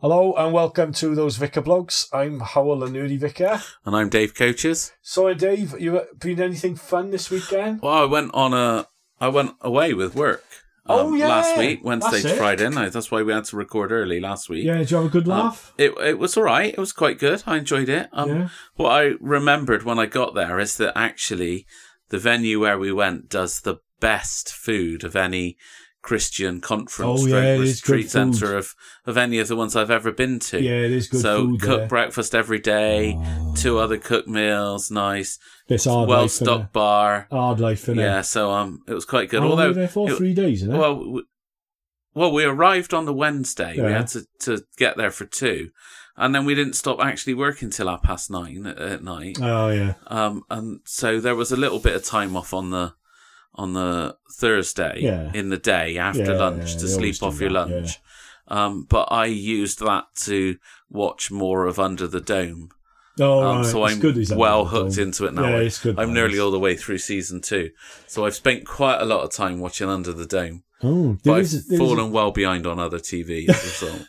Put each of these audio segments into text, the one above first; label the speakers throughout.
Speaker 1: Hello and welcome to those Vicar blogs. I'm Howell Lanuri Vicar.
Speaker 2: And I'm Dave Coaches.
Speaker 1: Sorry, Dave, you been anything fun this weekend?
Speaker 2: Well, I went on a I went away with work. um,
Speaker 1: Oh, yeah.
Speaker 2: Last week, Wednesday,
Speaker 1: That's it.
Speaker 2: to Friday night. That's why we had to record early last week.
Speaker 1: Yeah, did you have a good
Speaker 2: Um,
Speaker 1: laugh?
Speaker 2: it it was all right. It was quite good. I enjoyed it. Um,
Speaker 1: Yeah.
Speaker 2: What I remembered when I got there is that actually the venue where we went does the best food of any Christian conference
Speaker 1: Oh, yeah, it
Speaker 2: stroke
Speaker 1: is good
Speaker 2: retreat
Speaker 1: food.
Speaker 2: center of of any of the ones I've ever been to.
Speaker 1: yeah, it is good
Speaker 2: so
Speaker 1: food
Speaker 2: cook
Speaker 1: there. Oh.
Speaker 2: breakfast every day, two other cook meals, nice,
Speaker 1: It's hard
Speaker 2: well
Speaker 1: life, innit?
Speaker 2: stocked bar.
Speaker 1: Hard life, innit?
Speaker 2: Yeah, so um, it was quite good.
Speaker 1: How long were
Speaker 2: Although,
Speaker 1: you there for?
Speaker 2: it-
Speaker 1: Three days, innit?
Speaker 2: well, w- well, we arrived on the Wednesday. We
Speaker 1: Yeah.
Speaker 2: had to, to get there for two, and then we didn't stop actually working till half past nine at, at night.
Speaker 1: oh, yeah.
Speaker 2: Um, and so there was a little bit of time off on the on the Thursday
Speaker 1: Yeah.
Speaker 2: in the day after
Speaker 1: Yeah,
Speaker 2: lunch
Speaker 1: yeah,
Speaker 2: to
Speaker 1: they always
Speaker 2: sleep
Speaker 1: do
Speaker 2: off your
Speaker 1: that, yeah.
Speaker 2: lunch. Um, but I used that to watch more of Under the Dome.
Speaker 1: Oh,
Speaker 2: Um,
Speaker 1: right.
Speaker 2: so
Speaker 1: it's
Speaker 2: I'm
Speaker 1: good, is that
Speaker 2: well
Speaker 1: though?
Speaker 2: hooked into it now.
Speaker 1: Yeah,
Speaker 2: I-
Speaker 1: it's good.
Speaker 2: I'm
Speaker 1: though.
Speaker 2: nearly all the way through season two, so I've spent quite a lot of time watching Under the Dome.
Speaker 1: Oh,
Speaker 2: But
Speaker 1: there
Speaker 2: I've
Speaker 1: is, a- there is a-
Speaker 2: fallen well behind on other TV as a result.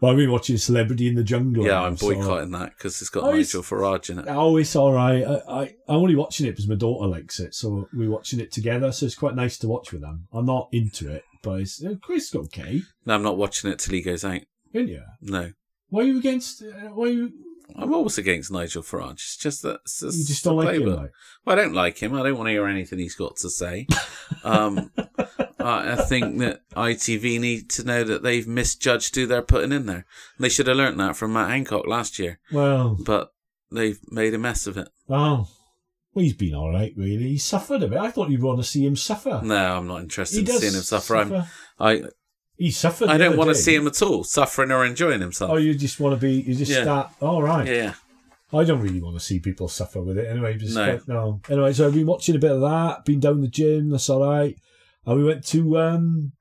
Speaker 1: well, I've been watching Celebrity in the Jungle.
Speaker 2: yeah,
Speaker 1: now,
Speaker 2: I'm
Speaker 1: so-
Speaker 2: boycotting that because it's got
Speaker 1: Oh, it's-
Speaker 2: Nigel Farage in it.
Speaker 1: Oh, it's all right. I, I, I'm only watching it because my daughter likes it, so we're watching it together. So it's quite nice to watch with them. I'm not into it, but it's, it's okay,
Speaker 2: No, I'm not watching it till he goes out.
Speaker 1: isn't you?
Speaker 2: No,
Speaker 1: Why are you against? Uh, why are you?
Speaker 2: I'm always against Nigel Farage. It's just that it's
Speaker 1: You just
Speaker 2: the
Speaker 1: don't like him,
Speaker 2: playbook.
Speaker 1: like.
Speaker 2: Well, I don't like him. I don't want to hear anything he's got to say. um, I, I think that ITV need to know that they've misjudged who they're putting in there. They should have learnt that from Matt Hancock last year,
Speaker 1: Well,
Speaker 2: but they've made a mess of it.
Speaker 1: oh, well, he's been all right, really. He suffered a bit. I thought you'd want to see him suffer.
Speaker 2: No, I'm not
Speaker 1: he
Speaker 2: interested in
Speaker 1: does
Speaker 2: seeing him suffer. I'm, I
Speaker 1: He suffered.
Speaker 2: I
Speaker 1: the
Speaker 2: don't
Speaker 1: other
Speaker 2: want to
Speaker 1: day.
Speaker 2: see him at all suffering or enjoying
Speaker 1: Oh,
Speaker 2: himself.
Speaker 1: you just want to be. You just
Speaker 2: Yeah.
Speaker 1: start. All right.
Speaker 2: yeah, yeah.
Speaker 1: I don't really want to see people suffer with it anyway. Just
Speaker 2: No.
Speaker 1: quite- no. Anyway, so I've been watching a bit of that, been down the gym, that's all right. And we went to, um,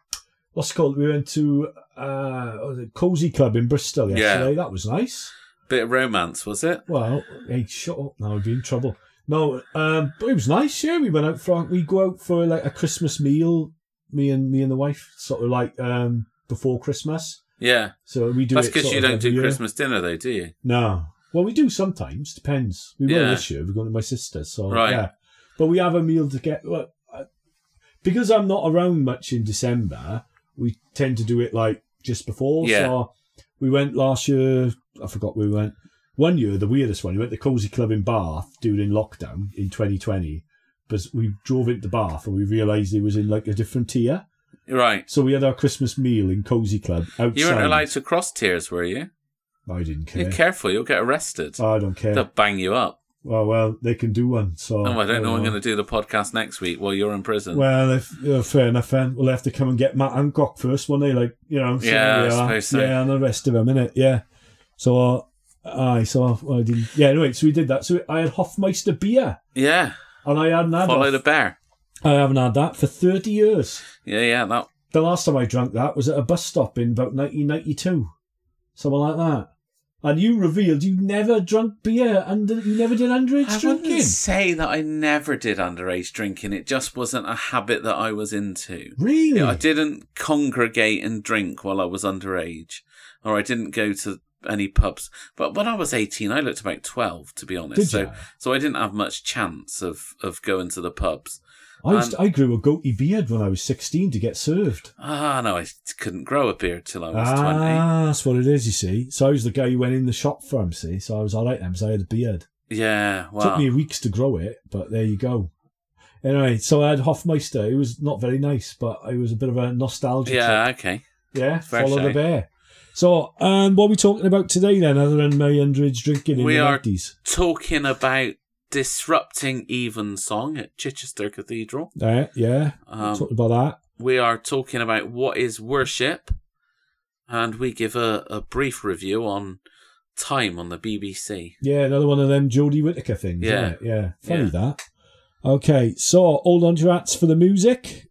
Speaker 1: what's it called? We went to uh, what was it, Cozy Club in Bristol
Speaker 2: Yeah.
Speaker 1: yesterday. That was nice.
Speaker 2: Bit of romance, was it?
Speaker 1: Well, hey, shut up now, we'd be in trouble. No, um, but it was nice, yeah. We went out for, we go out for like a Christmas meal, me and me and the wife, sort of like um, before Christmas.
Speaker 2: Yeah.
Speaker 1: So we do
Speaker 2: That's
Speaker 1: it
Speaker 2: because
Speaker 1: sort
Speaker 2: you
Speaker 1: of
Speaker 2: don't
Speaker 1: every
Speaker 2: do
Speaker 1: year.
Speaker 2: Christmas dinner, though, do you?
Speaker 1: No. Well, we do sometimes. Depends. We will
Speaker 2: Yeah.
Speaker 1: this year. We're going to my sister's, so
Speaker 2: Right.
Speaker 1: yeah. But we have a meal to get. Well, I, because I'm not around much in December, we tend to do it like just before.
Speaker 2: Yeah.
Speaker 1: So we went last year. I forgot where we went. One year, the weirdest one, we went to Cozy Club in Bath during lockdown in 2020. But we drove into Bath and we realised it was in like a different tier.
Speaker 2: Right.
Speaker 1: So we had our Christmas meal in Cozy Club outside.
Speaker 2: You weren't allowed to cross tiers, were you?
Speaker 1: I didn't
Speaker 2: You're
Speaker 1: care.
Speaker 2: careful, you'll get arrested.
Speaker 1: I don't care.
Speaker 2: They'll bang you up.
Speaker 1: Well, well, they can do one. So
Speaker 2: Oh, I don't know. I'm going to do the podcast next week while you're in prison.
Speaker 1: Well, if, yeah, fair enough. Then we'll have to come and get Matt Hancock first, won't they? Like you know, so
Speaker 2: Yeah, I
Speaker 1: we are.
Speaker 2: suppose so.
Speaker 1: yeah, and the rest of them, innit? Yeah. So I, so I didn't. Yeah, anyway, so we did that. So I had Hofmeister beer,
Speaker 2: yeah.
Speaker 1: and I hadn't had.
Speaker 2: Follow
Speaker 1: Follow
Speaker 2: the bear.
Speaker 1: I haven't had that for thirty years.
Speaker 2: Yeah, yeah. That.
Speaker 1: The last time I drank that was at a bus stop in about 1992, something like that. And you revealed you never drunk beer and you never did underage
Speaker 2: I
Speaker 1: drinking.
Speaker 2: wouldn't say that I never did underage drinking. It just wasn't a habit that I was into.
Speaker 1: Really?
Speaker 2: Yeah, I didn't congregate and drink while I was underage, or I didn't go to any pubs. But when I was eighteen, I looked about twelve, to be honest.
Speaker 1: Did
Speaker 2: so,
Speaker 1: ya?
Speaker 2: so I didn't have much chance of of going to the pubs.
Speaker 1: I, used, I grew a goatee beard when I was 16 to get served.
Speaker 2: Ah, no, I couldn't grow a beard till I was twenty.
Speaker 1: Ah, that's what it is, you see. So I was the guy who went in the shop for him, see. So I was all right then, 'cause I had a beard.
Speaker 2: Yeah,
Speaker 1: Took
Speaker 2: wow.
Speaker 1: me weeks to grow it, but there you go. Anyway, so I had Hofmeister. It was not very nice, but it was a bit of a nostalgia trip.
Speaker 2: Yeah, eh? okay.
Speaker 1: Yeah,
Speaker 2: fair
Speaker 1: follow the
Speaker 2: say.
Speaker 1: bear. So, um, what are we talking about today then, other than my underage drinking in
Speaker 2: We
Speaker 1: the
Speaker 2: are-
Speaker 1: 90s?
Speaker 2: Talking about disrupting evensong at Chichester Cathedral.
Speaker 1: Yeah, Eh, yeah.
Speaker 2: Um,
Speaker 1: Talked about that.
Speaker 2: we are talking about what is worship, and we give a, a brief review on time on the BBC.
Speaker 1: Yeah, another one of them Jodie Whittaker things.
Speaker 2: Yeah.
Speaker 1: Yeah, isn't it? yeah. Funny
Speaker 2: Yeah.
Speaker 1: that. Okay, so hold on to your hats for the music.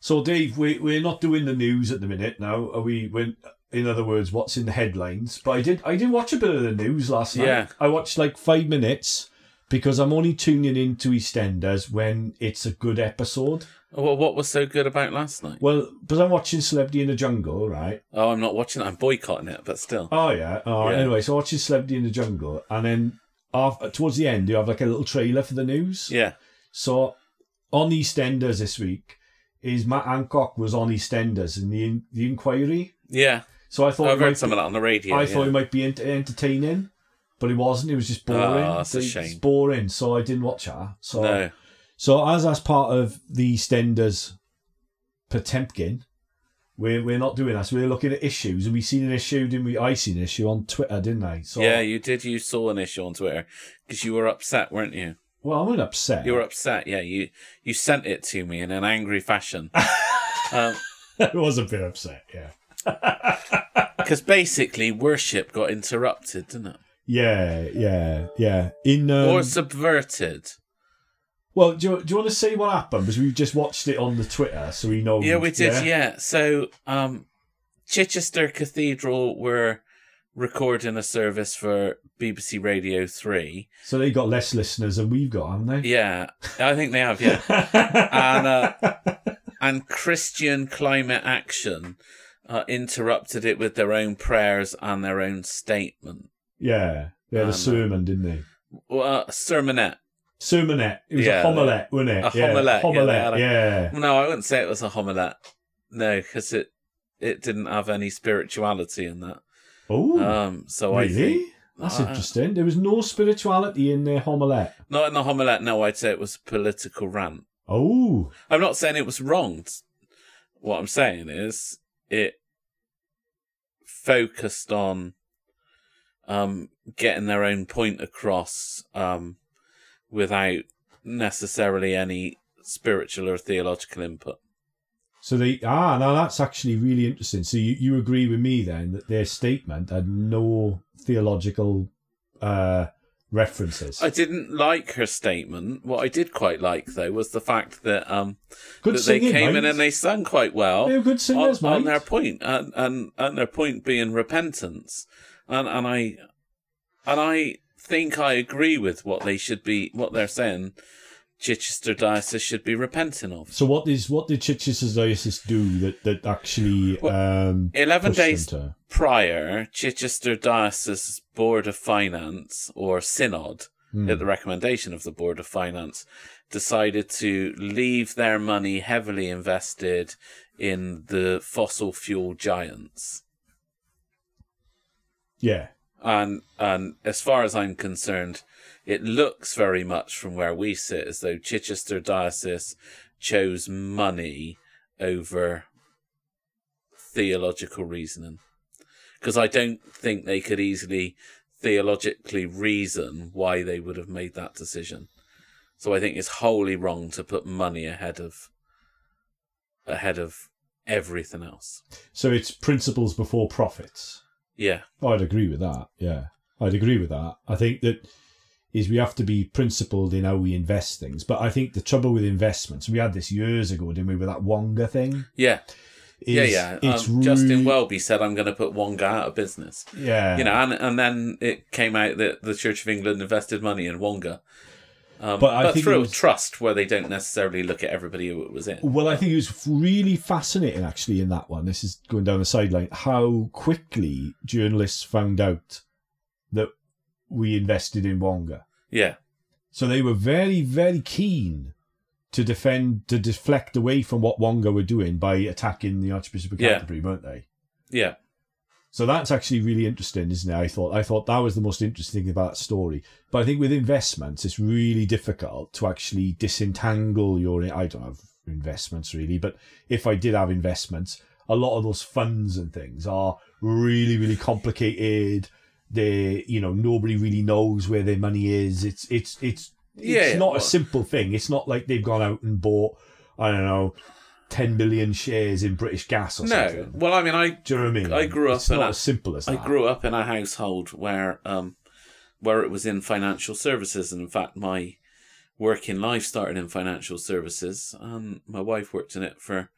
Speaker 1: So, Dave, we, we're not doing the news at the minute now. Are we? When, in other words, what's in the headlines? But I did, I did watch a bit of the news last night.
Speaker 2: Yeah.
Speaker 1: I watched like five minutes because I'm only tuning into EastEnders when it's a good episode.
Speaker 2: Well, what was so good about last night?
Speaker 1: Well, because I'm watching Celebrity in the Jungle, right?
Speaker 2: Oh, I'm not watching it. I'm boycotting it, but still.
Speaker 1: Oh yeah. All right.
Speaker 2: Yeah.
Speaker 1: Anyway, so I watching Celebrity in the Jungle, and then af towards the end, you have like a little trailer for the news.
Speaker 2: Yeah.
Speaker 1: So on EastEnders this week is Matt Hancock was on EastEnders in the in, the inquiry.
Speaker 2: Yeah.
Speaker 1: So I thought
Speaker 2: I've
Speaker 1: it might
Speaker 2: heard some of that on the radio.
Speaker 1: I
Speaker 2: yeah.
Speaker 1: thought it might be ent- entertaining, but it wasn't. It was just boring.
Speaker 2: Ah, that's a
Speaker 1: It's
Speaker 2: shame.
Speaker 1: boring. So I didn't watch that. So
Speaker 2: No.
Speaker 1: so as that's part of the EastEnders Potemkin, we're we're not doing that. So we're looking at issues, and we seen an issue, didn't we? I seen an issue on Twitter, didn't I? So
Speaker 2: Yeah, you did. You saw an issue on Twitter because you were upset, weren't you?
Speaker 1: well, I went upset.
Speaker 2: You were upset. Yeah, you you sent it to me in an angry fashion. um,
Speaker 1: I was a bit upset. Yeah.
Speaker 2: Because basically, worship got interrupted, didn't it?
Speaker 1: Yeah, yeah, yeah. In um,
Speaker 2: or subverted.
Speaker 1: well, do you, do you want to see what happened? Because we just watched it on the Twitter, so we know.
Speaker 2: Yeah, we did. Yeah. So, um, Chichester Cathedral were recording a service for BBC Radio 3.
Speaker 1: So they got less listeners than we've got, haven't they?
Speaker 2: Yeah, I think they have, yeah. and, uh, and Christian Climate Action uh, interrupted it with their own prayers and their own statement.
Speaker 1: Yeah, they had
Speaker 2: Um,
Speaker 1: a sermon, didn't they?
Speaker 2: Well, uh, sermonette.
Speaker 1: Sermonette. It was
Speaker 2: Yeah,
Speaker 1: a homilette, wasn't it?
Speaker 2: a
Speaker 1: yeah,
Speaker 2: homilette, yeah,
Speaker 1: Homilette.
Speaker 2: they
Speaker 1: Yeah.
Speaker 2: No, I wouldn't say it was a homilette. No, because it, it didn't have any spirituality in that.
Speaker 1: Oh,
Speaker 2: Um, so I think
Speaker 1: really? That's
Speaker 2: Uh,
Speaker 1: interesting. There was no spirituality in their homilette.
Speaker 2: Not in the homilette, no, I'd say it was a political rant.
Speaker 1: Oh,
Speaker 2: I'm not saying it was wrong. What I'm saying is it focused on um, getting their own point across um, without necessarily any spiritual or theological input.
Speaker 1: so they ah now that's actually really interesting. So you, you agree with me then that their statement had no theological uh, references.
Speaker 2: I didn't like her statement. What I did quite like, though, was the fact that, um,
Speaker 1: good
Speaker 2: that they
Speaker 1: singing,
Speaker 2: came
Speaker 1: mate.
Speaker 2: in and they sang quite well.
Speaker 1: They were good
Speaker 2: on,
Speaker 1: singers, mate.
Speaker 2: on their point, and, and and their point being repentance, and and I, and I think I agree with what they should be, what they're saying. Chichester diocese should be repenting of.
Speaker 1: So what is what did Chichester diocese do that that actually um,
Speaker 2: Eleven
Speaker 1: pushed them
Speaker 2: days
Speaker 1: to-
Speaker 2: prior, Chichester diocese board of finance or synod,
Speaker 1: Hmm.
Speaker 2: at the recommendation of the board of finance, decided to leave their money heavily invested in the fossil fuel giants.
Speaker 1: Yeah,
Speaker 2: And and as far as I'm concerned, it looks very much from where we sit as though Chichester Diocese chose money over theological reasoning. Because I don't think they could easily theologically reason why they would have made that decision. So I think it's wholly wrong to put money ahead of ahead of everything else.
Speaker 1: so it's principles before profits.
Speaker 2: Yeah.
Speaker 1: I'd agree with that. Yeah, I'd agree with that. I think that is we have to be principled in how we invest things. But I think the trouble with investments, we had this years ago, didn't we, with that Wonga thing?
Speaker 2: Yeah.
Speaker 1: Is,
Speaker 2: yeah, yeah.
Speaker 1: It's
Speaker 2: um, Justin
Speaker 1: ru-
Speaker 2: Welby said, "I'm going to put one guy out of business."
Speaker 1: Yeah.
Speaker 2: You know, and and then it came out that the Church of England invested money in Wonga, um,
Speaker 1: But I
Speaker 2: but
Speaker 1: think it
Speaker 2: through
Speaker 1: was-
Speaker 2: a trust where they don't necessarily look at everybody who it was in.
Speaker 1: Well, I think it was really fascinating actually in that one. This is going down the sideline. How quickly journalists found out that we invested in Wonga.
Speaker 2: Yeah,
Speaker 1: So they were very, very keen to defend, to deflect away from what Wonga were doing by attacking the Archbishop of
Speaker 2: Yeah.
Speaker 1: Canterbury, weren't they?
Speaker 2: yeah,
Speaker 1: So that's actually really interesting, isn't it? I thought I thought that was the most interesting thing about that story. But I think with investments, it's really difficult to actually disentangle your. I don't have investments really, but if I did have investments, a lot of those funds and things are really really complicated. They, you know, nobody really knows where their money is. It's it's it's it's
Speaker 2: Yeah, yeah.
Speaker 1: not a simple thing. It's not like they've gone out and bought I don't know ten million shares in British Gas or
Speaker 2: no.
Speaker 1: something.
Speaker 2: Well, I mean, I
Speaker 1: Do you know what I mean?
Speaker 2: I grew up
Speaker 1: It's
Speaker 2: in
Speaker 1: not
Speaker 2: a-
Speaker 1: as simple as
Speaker 2: I
Speaker 1: that.
Speaker 2: grew up in a household where um where it was in financial services, and in fact, my working life started in financial services. Um, my wife worked in it for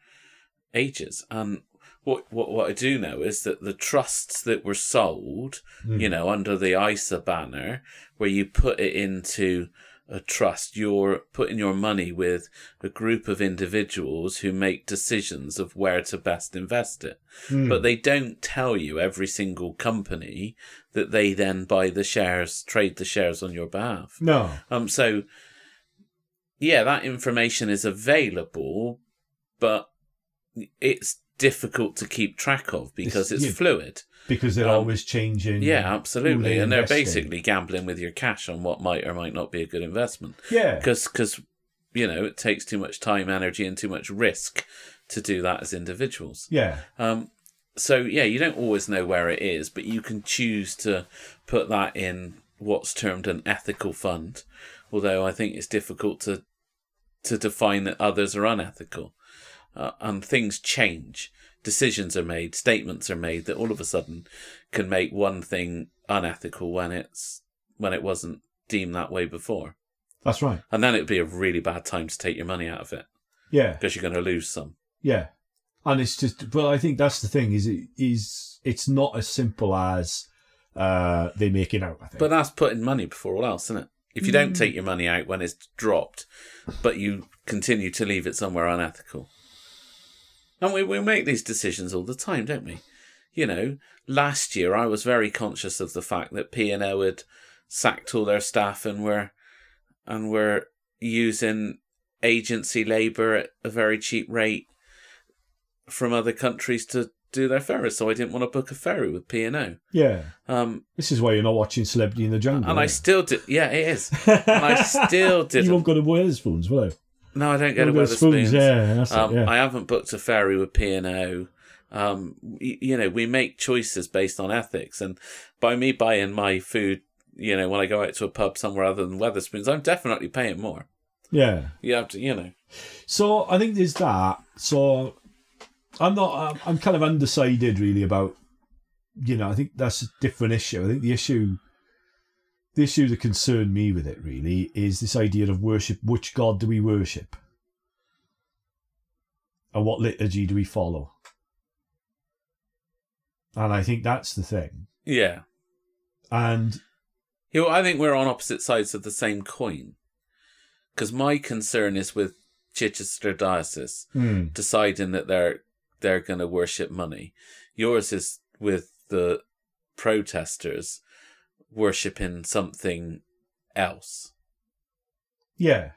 Speaker 2: ages. And what what what I do know is that the trusts that were sold, you know, under the ISA banner, where you put it into a trust, you're putting your money with a group of individuals who make decisions of where to best invest it.
Speaker 1: Hmm.
Speaker 2: But they don't tell you every single company that they then buy the shares, trade the shares on your behalf.
Speaker 1: No.
Speaker 2: Um, so yeah, that information is available, but it's difficult to keep track of because
Speaker 1: It's-
Speaker 2: it's,
Speaker 1: yeah.
Speaker 2: fluid.
Speaker 1: Because they're
Speaker 2: Um,
Speaker 1: always changing.
Speaker 2: Yeah, absolutely.
Speaker 1: they
Speaker 2: and they're
Speaker 1: invest in.
Speaker 2: basically gambling with your cash on what might or might not be a good investment
Speaker 1: Yeah.
Speaker 2: because because you know it takes too much time, energy, and too much risk to do that as individuals.
Speaker 1: Yeah.
Speaker 2: Um, so yeah, you don't always know where it is, but you can choose to put that in what's termed an ethical fund. Although I think it's difficult to to define that others are unethical, uh, and things change. Decisions are made, statements are made that all of a sudden can make one thing unethical when it's when it wasn't deemed that way before.
Speaker 1: That's right.
Speaker 2: And then it'd be a really bad time to take your money out of it
Speaker 1: Yeah.
Speaker 2: because you're going to lose some.
Speaker 1: Yeah, and it's just. Well, I think that's the thing. Is it is it's not as simple as uh, they make it out. I think.
Speaker 2: But that's putting money before all else, isn't it? If you don't take your money out when it's dropped, but you continue to leave it somewhere unethical. And we, we make these decisions all the time, don't we? You know, last year I was very conscious of the fact that P&O had sacked all their staff and were and were using agency labour at a very cheap rate from other countries to do their ferries. So I didn't want to book a ferry with P&O.
Speaker 1: yeah,
Speaker 2: Um,
Speaker 1: this is why you're not watching Celebrity in the Jungle.
Speaker 2: and I
Speaker 1: is
Speaker 2: still did. Yeah, it is.
Speaker 1: it?
Speaker 2: And I still
Speaker 1: you
Speaker 2: didn't.
Speaker 1: won't go to Wetherspoons, will you?
Speaker 2: No, I don't go to
Speaker 1: You won't go to
Speaker 2: Weatherspoons.
Speaker 1: Yeah, that's
Speaker 2: um,
Speaker 1: it. Yeah.
Speaker 2: I haven't booked a ferry with P and O. Um, y- you know, we make choices based on ethics, and by me buying my food, you know, when I go out to a pub somewhere other than Weatherspoons, I'm definitely paying more.
Speaker 1: yeah.
Speaker 2: You have to, you know.
Speaker 1: So I think there's that. So I'm not. I'm- I'm kind of undecided really about. You know, I think that's a different issue. I think the issue, the issue that concerned me with it really is this idea of worship. Which God do we worship? And what liturgy do we follow? And I think that's the thing.
Speaker 2: Yeah.
Speaker 1: And
Speaker 2: You know, I think we're on opposite sides of the same coin. Because my concern is with Chichester Diocese. deciding that they're they're going to worship money. Yours is with the protesters worshiping something else.
Speaker 1: yeah,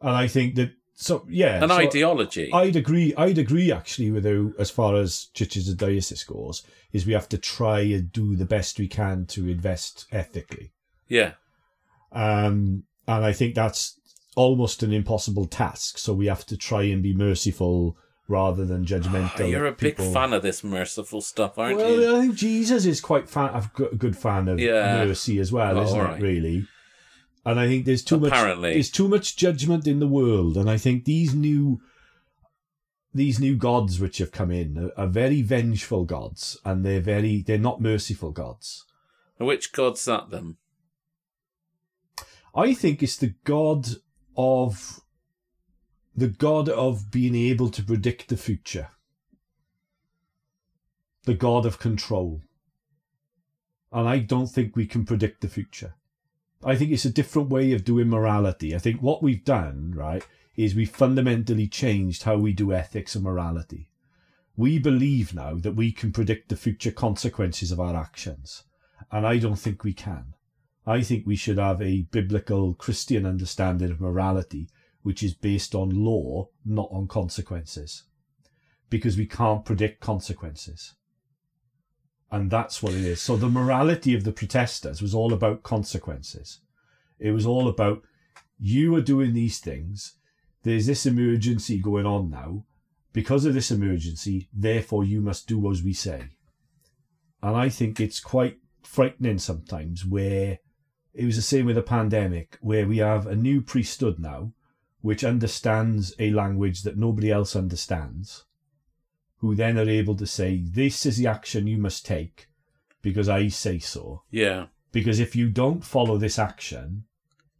Speaker 1: and I think that so yeah,
Speaker 2: An
Speaker 1: so-
Speaker 2: ideology.
Speaker 1: I'd agree. I'd agree actually with you as far as Chichester diocese goes. Is we have to try and do the best we can to invest ethically,
Speaker 2: yeah.
Speaker 1: um, and I think that's almost an impossible task. So we have to try and be merciful rather than judgmental.
Speaker 2: Oh, you're a big
Speaker 1: people.
Speaker 2: fan of this merciful stuff, aren't
Speaker 1: Well,
Speaker 2: you?
Speaker 1: I think Jesus is quite fan, a g- a good fan of
Speaker 2: Yeah.
Speaker 1: mercy as well,
Speaker 2: Oh,
Speaker 1: isn't
Speaker 2: alright.
Speaker 1: it? Really, and I think there's too
Speaker 2: Apparently.
Speaker 1: much there's too much judgment in the world, and I think these new these new gods which have come in are, are very vengeful gods, and they're very they're not merciful gods.
Speaker 2: Which god's that then?
Speaker 1: I think it's the god of the god of being able to predict the future, the god of control. And I don't think we can predict the future. I think it's a different way of doing morality. I think what we've done, right, is we fundamentally changed how we do ethics and morality. We believe now that we can predict the future consequences of our actions. And I don't think we can. I think we should have a biblical Christian understanding of morality, which is based on law, not on consequences, because we can't predict consequences. And that's what it is. So the morality of the protesters was all about consequences. It was all about you are doing these things. There's this emergency going on now. Because of this emergency, therefore you must do as we say. And I think it's quite frightening sometimes where it was the same with the pandemic, where we have a new priesthood now, which understands a language that nobody else understands, who then are able to say, This is the action you must take because I say so.
Speaker 2: Yeah.
Speaker 1: Because if you don't follow this action,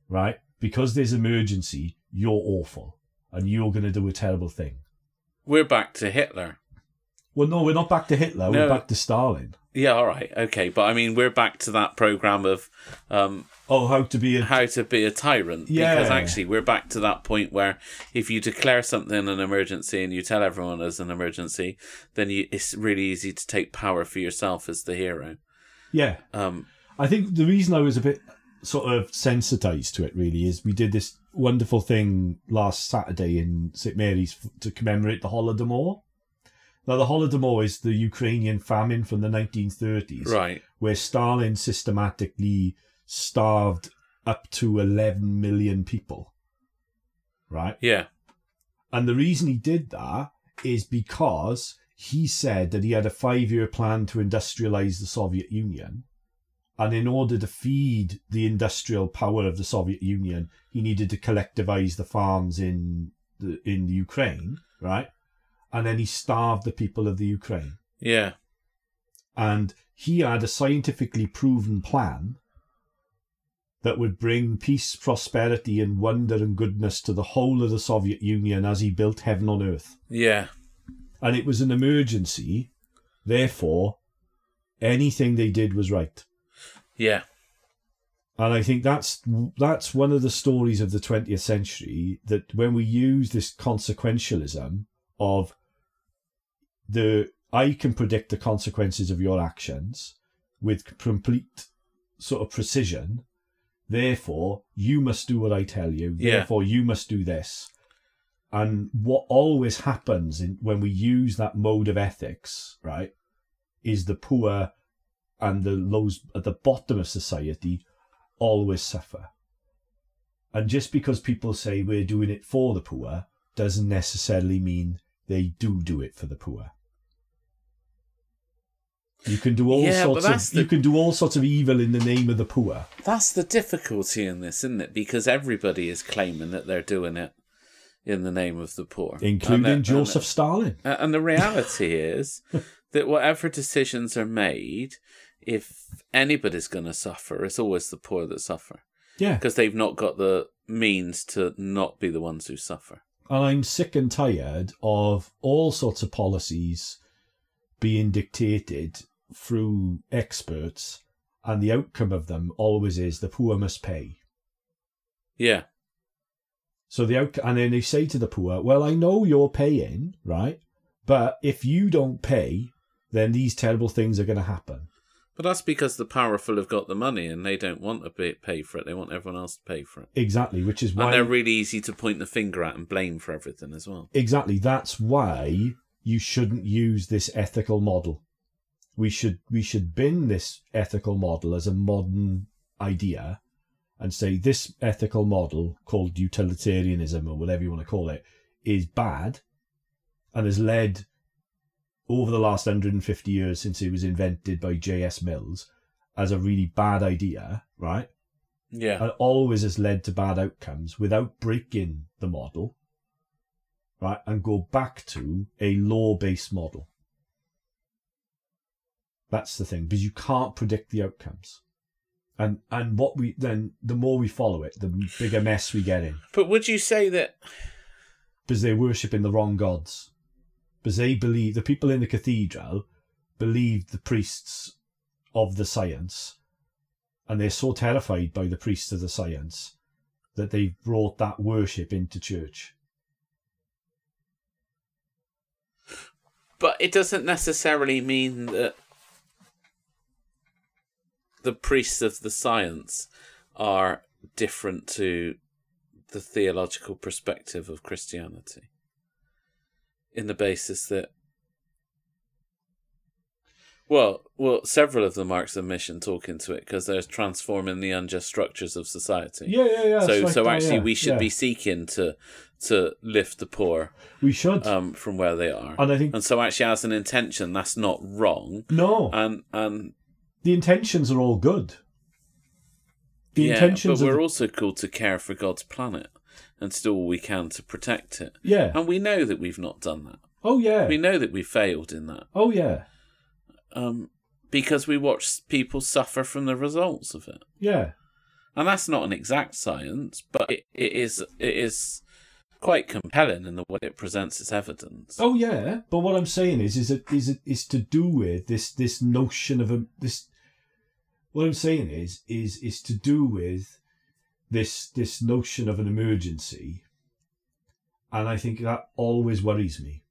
Speaker 1: right, because there's emergency, you're awful and you're going to do a terrible thing.
Speaker 2: We're back to Hitler.
Speaker 1: Well, no, we're not back to Hitler.
Speaker 2: No.
Speaker 1: We're back to Stalin.
Speaker 2: Yeah, all right, okay, but I mean, we're back to that program of um,
Speaker 1: Oh, how to be a
Speaker 2: how to be a tyrant. Because
Speaker 1: Yeah.
Speaker 2: actually, we're back to that point where if you declare something an emergency and you tell everyone as an emergency, then you, it's really easy to take power for yourself as the hero.
Speaker 1: yeah.
Speaker 2: Um,
Speaker 1: I think the reason I was a bit sort of sensitized to it really is we did this wonderful thing last Saturday in St Mary's f- to commemorate the Holodomor. Now, the Holodomor is the Ukrainian famine from the 1930s,
Speaker 2: right.
Speaker 1: where Stalin systematically starved up to 11 million people. Right?
Speaker 2: Yeah.
Speaker 1: And the reason he did that is because he said that he had a five year plan to industrialize the Soviet Union. And in order to feed the industrial power of the Soviet Union, he needed to collectivize the farms in the, in the Ukraine, right? And then he starved the people of the Ukraine.
Speaker 2: Yeah.
Speaker 1: And he had a scientifically proven plan that would bring peace, prosperity, and wonder and goodness to the whole of the Soviet Union as he built heaven on earth
Speaker 2: Yeah.
Speaker 1: and it was an emergency. Therefore, anything they did was right.
Speaker 2: Yeah.
Speaker 1: And I think that's that's one of the stories of the 20th century that when we use this consequentialism of the I can predict the consequences of your actions with complete sort of precision. Therefore, you must do what I tell you.
Speaker 2: Yeah.
Speaker 1: Therefore, you must do this. And what always happens in, when we use that mode of ethics, right, is the poor and the lows at the bottom of society always suffer. And just because people say we're doing it for the poor doesn't necessarily mean they do do it for the poor. You can do all
Speaker 2: Yeah, but
Speaker 1: sorts
Speaker 2: that's
Speaker 1: of
Speaker 2: the-
Speaker 1: you can do all sorts of evil in the name of the poor.
Speaker 2: That's the difficulty in this, isn't it? Because everybody is claiming that they're doing it in the name of the poor,
Speaker 1: including
Speaker 2: And that- and
Speaker 1: Joseph Stalin.
Speaker 2: Uh, And the reality is that whatever decisions are made, if anybody's going to suffer, it's always the poor that suffer
Speaker 1: Yeah,
Speaker 2: because they've not got the means to not be the ones who suffer.
Speaker 1: and I'm sick and tired of all sorts of policies being dictated through experts, and the outcome of them always is the poor must pay.
Speaker 2: Yeah,
Speaker 1: So the outcome, and then they say to the poor, "Well, I know you're paying, right? But if you don't pay, then these terrible things are going to happen."
Speaker 2: but that's because the powerful have got the money and they don't want to pay- pay for it. They want everyone else to pay for it,
Speaker 1: Exactly, which is why
Speaker 2: and they're really easy to point the finger at and blame for everything as well.
Speaker 1: exactly that's why you shouldn't use this ethical model we should we should bin this ethical model as a modern idea and say this ethical model called utilitarianism or whatever you want to call it is bad and has led over the last 150 years since it was invented by J.S. Mills as a really bad idea, right?
Speaker 2: Yeah,
Speaker 1: and always has led to bad outcomes without breaking the model, right? And go back to a law based model. That's the thing, because you can't predict the outcomes. And and what we then the more we follow it, the bigger mess we get in.
Speaker 2: but would you say that?
Speaker 1: Because they're worshipping the wrong gods. Because they believe the people in the cathedral believed the priests of the science, and they're so terrified by the priests of the science that they've brought that worship into church.
Speaker 2: But it doesn't necessarily mean that the priests of the science are different to the theological perspective of Christianity in the basis that well well several of the marks of mission talk into it because they're transforming the unjust structures of society
Speaker 1: Yeah, yeah, yeah.
Speaker 2: so
Speaker 1: it's like
Speaker 2: so
Speaker 1: that,
Speaker 2: actually
Speaker 1: yeah,
Speaker 2: we should
Speaker 1: yeah.
Speaker 2: be seeking to to lift the poor
Speaker 1: we should,
Speaker 2: um, from where they are.
Speaker 1: and I think
Speaker 2: And so actually as an intention that's not wrong. Um,
Speaker 1: no,
Speaker 2: And and
Speaker 1: the intentions are all good. The
Speaker 2: yeah,
Speaker 1: intentions,
Speaker 2: but
Speaker 1: are
Speaker 2: we're also called to care for God's planet and to do all we can to protect it.
Speaker 1: yeah.
Speaker 2: And we know that we've not done that.
Speaker 1: Oh yeah,
Speaker 2: We know that we failed in that.
Speaker 1: oh yeah,
Speaker 2: Um because we watch people suffer from the results of it.
Speaker 1: yeah.
Speaker 2: And that's not an exact science, but it, it is it is quite compelling in the way it presents its evidence.
Speaker 1: Oh yeah, but what I'm saying is, is it is it is to do with this this notion of a this. What I'm saying is, is is to do with this this notion of an emergency, and I think that always worries me.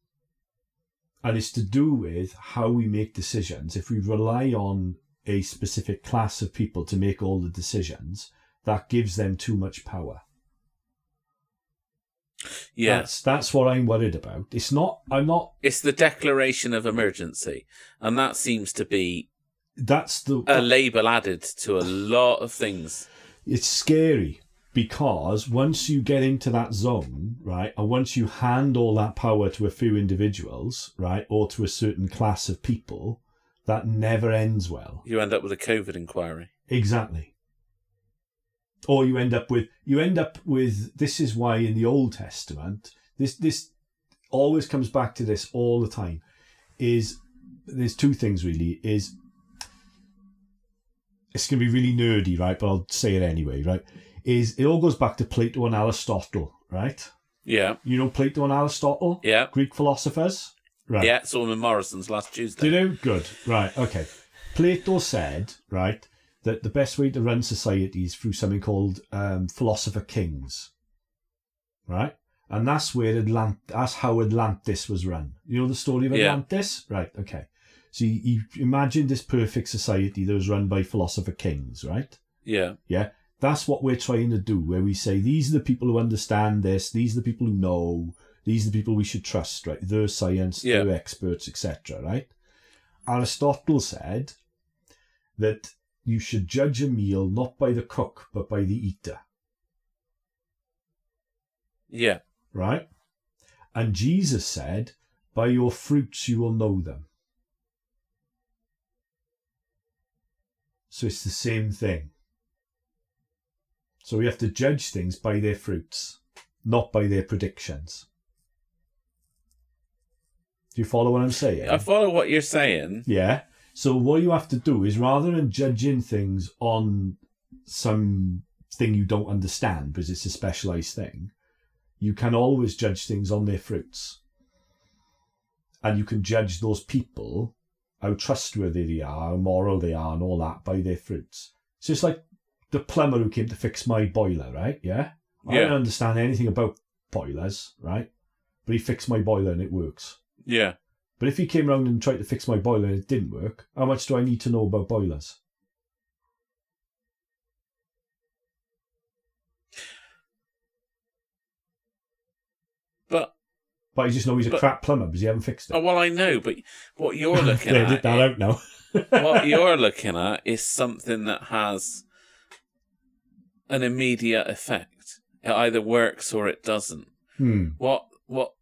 Speaker 1: And it's to do with how we make decisions. If we rely on a specific class of people to make all the decisions, that gives them too much power.
Speaker 2: yeah,
Speaker 1: That's that's what I'm worried about. It's not I'm not
Speaker 2: it's the declaration of emergency, and that seems to be
Speaker 1: that's the
Speaker 2: a label added to a lot of things.
Speaker 1: it's scary because once you get into that zone, right, and once you hand all that power to a few individuals, right, or to a certain class of people, that never ends well.
Speaker 2: You end up with a COVID inquiry.
Speaker 1: Exactly. Or you end up with you end up with this is why in the Old Testament this this always comes back to this all the time is there's two things really is it's going to be really nerdy right but I'll say it anyway right is it all goes back to Plato and Aristotle right
Speaker 2: Yeah,
Speaker 1: you know Plato and Aristotle
Speaker 2: yeah,
Speaker 1: Greek philosophers right
Speaker 2: yeah. Solomon Morrison's last
Speaker 1: do
Speaker 2: Tuesday.
Speaker 1: you know? Good. Right. Okay. Plato said, right, that the best way to run society is through something called um, philosopher kings. Right? And that's where Atlant- that's how Atlantis was run. You know the story of
Speaker 2: Yeah.
Speaker 1: Atlantis? Right. Okay. So you, you imagine this perfect society that was run by philosopher kings, right?
Speaker 2: yeah,
Speaker 1: Yeah. That's what we're trying to do, where we say, these are the people who understand this, these are the people who know, these are the people we should trust, right? Their science,
Speaker 2: Yeah.
Speaker 1: their experts, etc., right? Aristotle said that you should judge a meal not by the cook, but by the eater,
Speaker 2: yeah,
Speaker 1: right? And Jesus said, by your fruits you will know them. So it's the same thing. So we have to judge things by their fruits, not by their predictions. Do you follow what I'm saying?
Speaker 2: I follow what you're saying.
Speaker 1: Yeah. So what you have to do is rather than judging things on some thing you don't understand because it's a specialized thing, you can always judge things on their fruits. And you can judge those people, how trustworthy they are, how moral they are, and all that by their fruits. So it's like the plumber who came to fix my boiler, right? Yeah. I
Speaker 2: Yeah.
Speaker 1: don't understand anything about boilers, right? But he fixed my boiler and it works.
Speaker 2: Yeah,
Speaker 1: But if he came round and tried to fix my boiler and it didn't work, how much do I need to know about boilers?
Speaker 2: but
Speaker 1: But I just know he's a
Speaker 2: But-
Speaker 1: crap plumber because he haven't fixed
Speaker 2: oh,
Speaker 1: it.
Speaker 2: well, I know. But what you're
Speaker 1: They
Speaker 2: looking
Speaker 1: did
Speaker 2: at,
Speaker 1: that out now.
Speaker 2: what you're looking at is something that has an immediate effect. It either works or it doesn't.
Speaker 1: Hmm.
Speaker 2: What what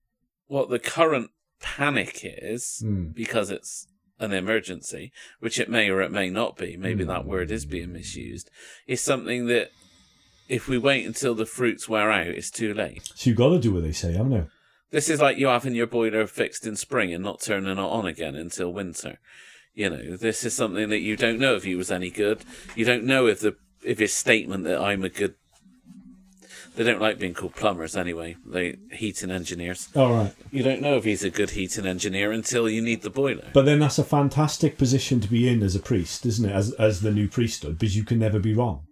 Speaker 2: what the current panic is
Speaker 1: Hmm.
Speaker 2: because it's an emergency, which it may or it may not be. Maybe that
Speaker 1: Hmm.
Speaker 2: word is being misused. Is something that if we wait until the fruits wear out, it's too late.
Speaker 1: So you got to do what they say, haven't you?
Speaker 2: This is like you having your boiler fixed in spring and not turning it on again until winter. You know, this is something that you don't know if he was any good. You don't know if the if his statement that I'm a good they don't like being called plumbers anyway. They heating engineers.
Speaker 1: All right.
Speaker 2: You don't know if he's a good heating engineer until you need the boiler.
Speaker 1: But then that's a fantastic position to be in as a priest, isn't it? As, as the new priesthood, because you can never be wrong.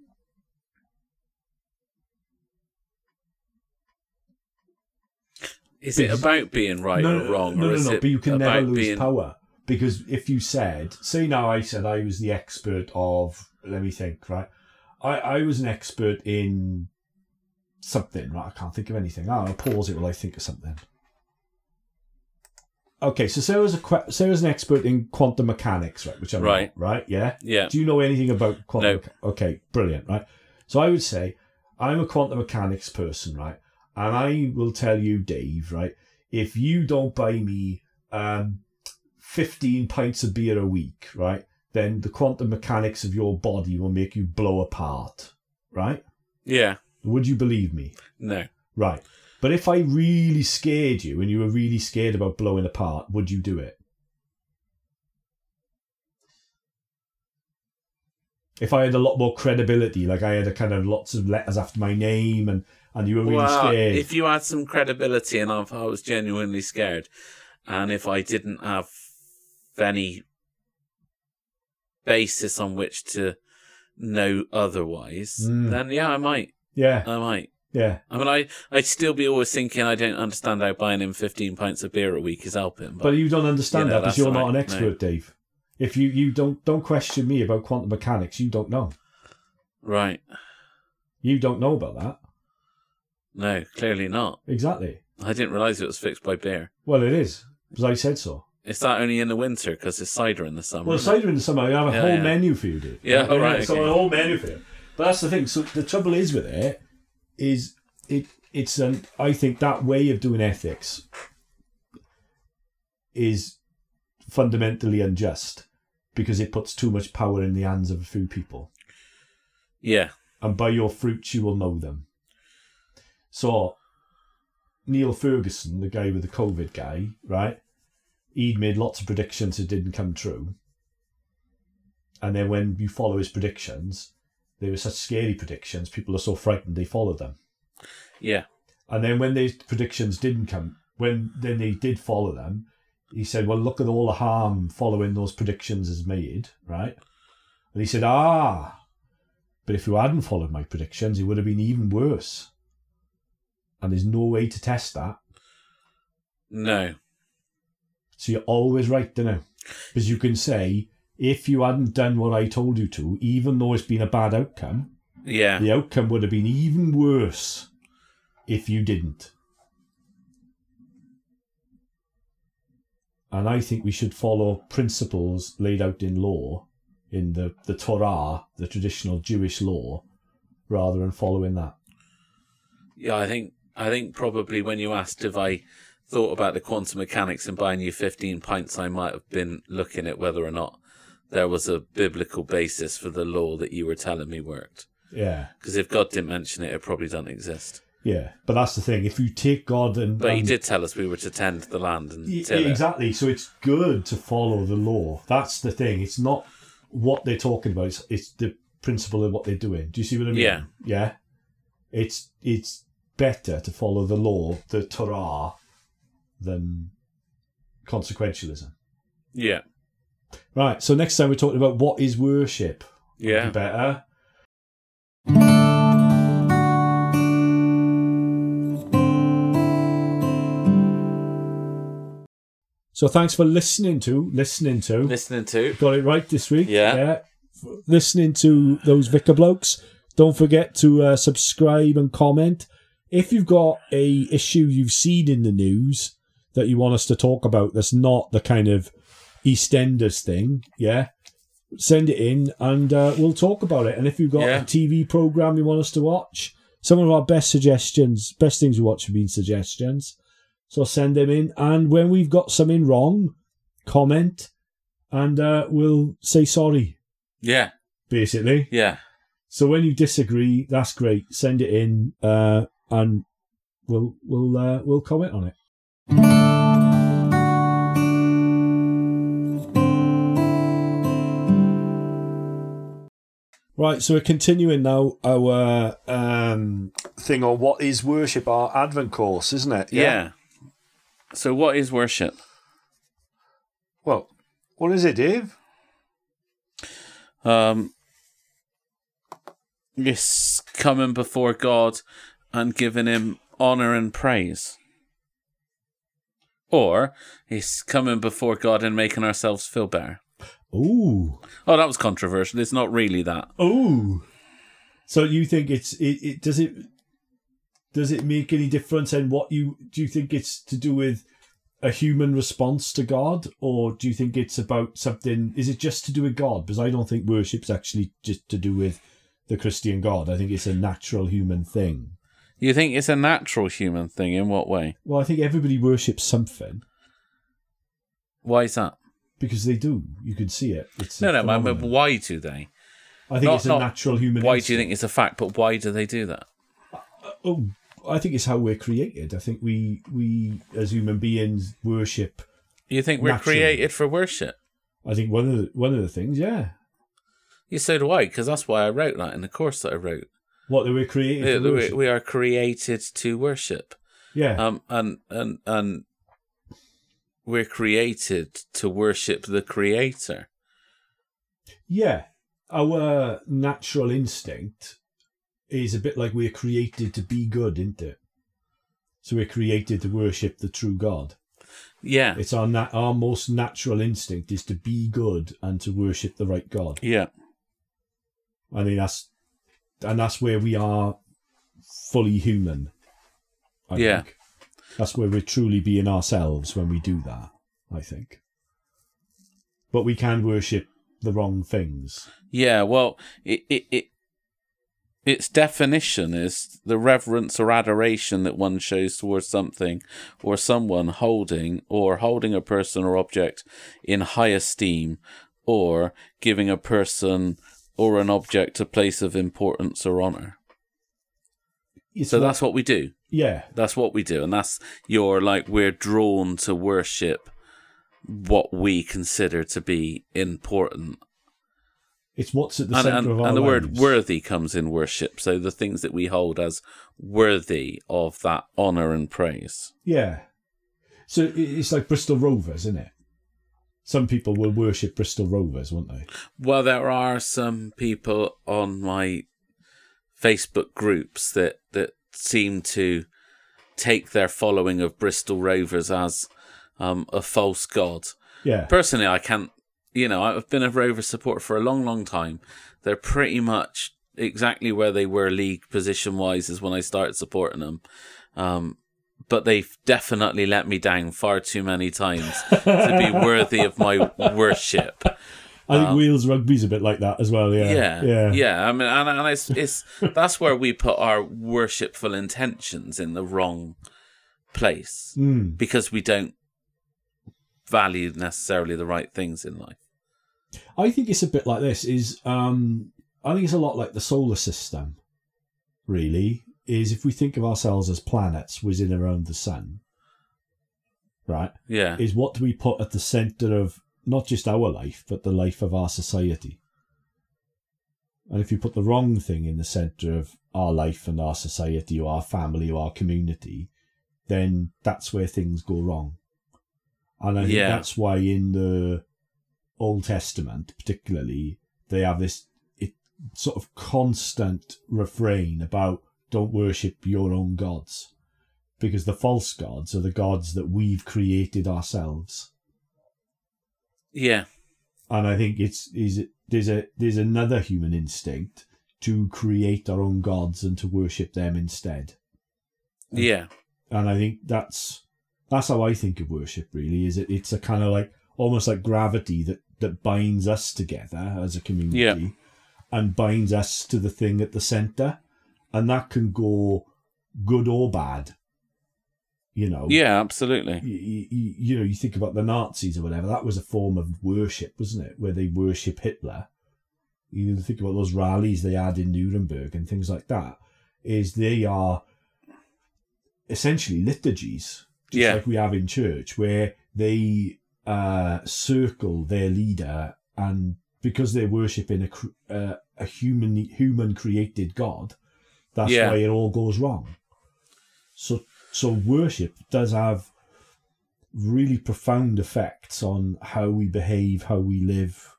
Speaker 2: Is it
Speaker 1: Because-
Speaker 2: about being right
Speaker 1: no,
Speaker 2: or wrong,
Speaker 1: no,
Speaker 2: or
Speaker 1: no,
Speaker 2: is
Speaker 1: no,
Speaker 2: it
Speaker 1: but you can
Speaker 2: about
Speaker 1: never lose
Speaker 2: being
Speaker 1: power. Because if you said, say now I said I was the expert of, let me think, right? I, I was an expert in something, right? I can't think of anything. Ah, I'll pause it while I think of something. Okay, so say I was a que- say I was an expert in quantum mechanics, right? Which I'm not,
Speaker 2: Right.
Speaker 1: right? Yeah.
Speaker 2: yeah,
Speaker 1: Do you know anything about quantum?
Speaker 2: No.
Speaker 1: mecha- Okay, brilliant, right? So I would say I'm a quantum mechanics person, right? And I will tell you, Dave, right? If you don't buy me um, 15 pints of beer a week, right? Then the quantum mechanics of your body will make you blow apart, right?
Speaker 2: yeah,
Speaker 1: Would you believe me?
Speaker 2: no,
Speaker 1: Right. But if I really scared you and you were really scared about blowing apart, would you do it? If I had a lot more credibility, like I had a kind of lots of letters after my name and and you were really
Speaker 2: well,
Speaker 1: scared.
Speaker 2: if you had some credibility and if I was genuinely scared, and if I didn't have any basis on which to know otherwise,
Speaker 1: Mm.
Speaker 2: then yeah, I might.
Speaker 1: yeah,
Speaker 2: I might.
Speaker 1: yeah.
Speaker 2: I mean, I, I'd still be always thinking I don't understand how buying him 15 pints of beer a week is helping. But,
Speaker 1: But you don't understand
Speaker 2: you know,
Speaker 1: that because
Speaker 2: that's
Speaker 1: you're not
Speaker 2: right,
Speaker 1: an
Speaker 2: no.
Speaker 1: expert, Dave. If you, you don't don't question me about quantum mechanics, you don't know.
Speaker 2: right.
Speaker 1: You don't know about that
Speaker 2: No, clearly not.
Speaker 1: exactly.
Speaker 2: I didn't realise it was fixed by beer.
Speaker 1: Well, it is because I said so.
Speaker 2: Is that only in the winter? Because it's cider in the summer.
Speaker 1: Well,
Speaker 2: isn't it?
Speaker 1: cider in the summer, I have a
Speaker 2: Yeah,
Speaker 1: whole
Speaker 2: yeah.
Speaker 1: menu for you, dude.
Speaker 2: Yeah, all right,
Speaker 1: So
Speaker 2: okay.
Speaker 1: a whole menu for you. But that's the thing. So the trouble is with it is it it's an I think that way of doing ethics is fundamentally unjust because it puts too much power in the hands of a few people.
Speaker 2: Yeah.
Speaker 1: And by your fruits you will know them. So Neil Ferguson, the guy with the COVID guy, right? He'd made lots of predictions that didn't come true. And then when you follow his predictions, they were such scary predictions, people are so frightened they follow them.
Speaker 2: Yeah.
Speaker 1: And then when these predictions didn't come, when then they did follow them, he said, "Well, look at all the harm following those predictions has made, right?" And he said, "Ah, but if you hadn't followed my predictions, it would have been even worse." And there's no way to test that,
Speaker 2: No.
Speaker 1: so you're always right, don't you? Because you can say, "If you hadn't done what I told you to, even though it's been a bad outcome,
Speaker 2: Yeah.
Speaker 1: the outcome would have been even worse if you didn't. And I think we should follow principles laid out in law, in the, the Torah, the traditional Jewish law, rather than following that.
Speaker 2: Yeah, I think I think probably when you asked if I thought about the quantum mechanics and buying you fifteen pints, I might have been looking at whether or not there was a biblical basis for the law that you were telling me worked.
Speaker 1: Yeah,
Speaker 2: Because if God didn't mention it, it probably doesn't exist.
Speaker 1: yeah. But that's the thing. If you take God and.
Speaker 2: But He
Speaker 1: and-
Speaker 2: did tell us we were to tend the land and
Speaker 1: Y-
Speaker 2: till it.
Speaker 1: E-, Exactly. So it's good to follow the law. That's the thing. It's not what they're talking about. It's, it's the principle of what they're doing. Do you see what I mean?
Speaker 2: Yeah.
Speaker 1: Yeah. It's it's better to follow the law, the Torah, than consequentialism.
Speaker 2: Yeah,
Speaker 1: Right. So next time we're talking about what is worship.
Speaker 2: yeah.
Speaker 1: Better. So thanks for listening to listening to.
Speaker 2: Listening to
Speaker 1: Got it right this week.
Speaker 2: Yeah.
Speaker 1: F- Listening to those Vicar blokes. Don't forget to uh, subscribe and comment. If you've got a issue you've seen in the news that you want us to talk about that's not the kind of EastEnders thing, yeah, send it in and uh, we'll talk about it. And if you've got
Speaker 2: Yeah.
Speaker 1: a TV program you want us to watch, some of our best suggestions, best things we watch have been suggestions. So send them in. And when we've got something wrong, comment and uh, we'll say sorry,
Speaker 2: yeah,
Speaker 1: basically.
Speaker 2: yeah,
Speaker 1: So when you disagree, that's great. Send it in, uh, and we'll we'll uh, we'll comment on it. Right, so we're continuing now our um, thing on what is worship, our Advent course, isn't it?
Speaker 2: yeah, So what is worship?
Speaker 1: Well, what is it, Dave?
Speaker 2: Um, it's coming before God and giving Him honor and praise. Or it's coming before God and making ourselves feel better.
Speaker 1: Ooh.
Speaker 2: Oh, that was controversial. It's not really that.
Speaker 1: Oh, so you think it's it, it? Does it does it make any difference? And what you do you think it's to do with a human response to God, or do you think it's about something? Is it just to do with God? Because I don't think worship's actually just to do with the Christian God. I think it's a natural human thing.
Speaker 2: You think it's a natural human thing? In what way?
Speaker 1: Well, I think everybody worships something
Speaker 2: Why is that?
Speaker 1: because they do. You can see it. It's a
Speaker 2: No, no, man, but
Speaker 1: phenomenon.
Speaker 2: why do they?
Speaker 1: I think
Speaker 2: not-
Speaker 1: it's a
Speaker 2: not-
Speaker 1: natural human.
Speaker 2: Why do you
Speaker 1: instinct.
Speaker 2: think it's a fact? But why do they do that?
Speaker 1: Oh, I think it's how we're created. I think we we as human beings worship.
Speaker 2: You think we're
Speaker 1: Naturally.
Speaker 2: created for worship?
Speaker 1: I think one of the one of the things, yeah,
Speaker 2: You so do I, because that's why I wrote that in the course that I wrote.
Speaker 1: What they were created
Speaker 2: Yeah,
Speaker 1: for
Speaker 2: we,
Speaker 1: worship.
Speaker 2: we are created to worship.
Speaker 1: yeah,
Speaker 2: Um, and and and we're created to worship the Creator.
Speaker 1: yeah. Our natural instinct is a bit like we're created to be good, isn't it? So we're created to worship the true God.
Speaker 2: Yeah,
Speaker 1: It's our na- our most natural instinct is to be good and to worship the right God.
Speaker 2: yeah,
Speaker 1: I mean that's and that's where we are fully human. I
Speaker 2: Yeah.
Speaker 1: think. That's where we're truly being ourselves when we do that, I think. But we can worship the wrong things.
Speaker 2: yeah. Well, it it. it its definition is the reverence or adoration that one shows towards something or someone holding or holding a person or object in high esteem or giving a person or an object a place of importance or honor.
Speaker 1: It's
Speaker 2: So
Speaker 1: what-
Speaker 2: that's what we do.
Speaker 1: yeah,
Speaker 2: That's what we do, and that's your like we're drawn to worship what we consider to be important.
Speaker 1: it's what's at the
Speaker 2: and
Speaker 1: center
Speaker 2: and,
Speaker 1: of our
Speaker 2: and the word
Speaker 1: lives.
Speaker 2: worthy comes in worship, so the things that we hold as worthy of that honor and praise.
Speaker 1: Yeah. So i- it's like Bristol Rovers, isn't it? Some people will worship Bristol Rovers, won't they?
Speaker 2: Well, there are some people on my Facebook groups that that seem to take their following of Bristol Rovers as um, a false god.
Speaker 1: Yeah.
Speaker 2: personally, I can't. You know, I've been a Rover supporter for a long, long time. They're pretty much exactly where they were league position wise is when I started supporting them. Um, but they've definitely let me down far too many times to be worthy of my worship.
Speaker 1: I think Wales Rugby's a bit like that as well, yeah.
Speaker 2: Yeah,
Speaker 1: Yeah.
Speaker 2: yeah. I mean, and, and it's it's that's where we put our worshipful intentions in the wrong place
Speaker 1: Mm.
Speaker 2: because we don't value necessarily the right things in life.
Speaker 1: I think it's a bit like this. Is um, I think it's a lot like the solar system. Really, is if we think of ourselves as planets whizzing around the sun, right?
Speaker 2: Yeah.
Speaker 1: Is what do we put at the centre of not just our life, but the life of our society? And if you put the wrong thing in the centre of our life and our society or our family or our community, then that's where things go wrong. And I think
Speaker 2: Yeah.
Speaker 1: that's why in the Old Testament, particularly, they have this it, sort of constant refrain about don't worship your own gods. Because the false gods are the gods that we've created ourselves.
Speaker 2: Yeah.
Speaker 1: and I think it's is there's a there's another human instinct to create our own gods and to worship them instead.
Speaker 2: Yeah,
Speaker 1: And I think that's that's how I think of worship really is it it's a kind of like almost like gravity that that binds us together as a community
Speaker 2: Yeah.
Speaker 1: and binds us to the thing at the center and that can go good or bad. You know.
Speaker 2: yeah, absolutely.
Speaker 1: you, you, you know, you think about the Nazis or whatever, that was a form of worship, wasn't it? Where they worship Hitler. You think about those rallies they had in Nuremberg and things like that, is they are essentially liturgies, just
Speaker 2: Yeah.
Speaker 1: like we have in church, where they uh, circle their leader and because they're worshipping a, cr- uh, a human human created God, that's
Speaker 2: Yeah.
Speaker 1: why it all goes wrong. So so worship does have really profound effects on how we behave, how we live,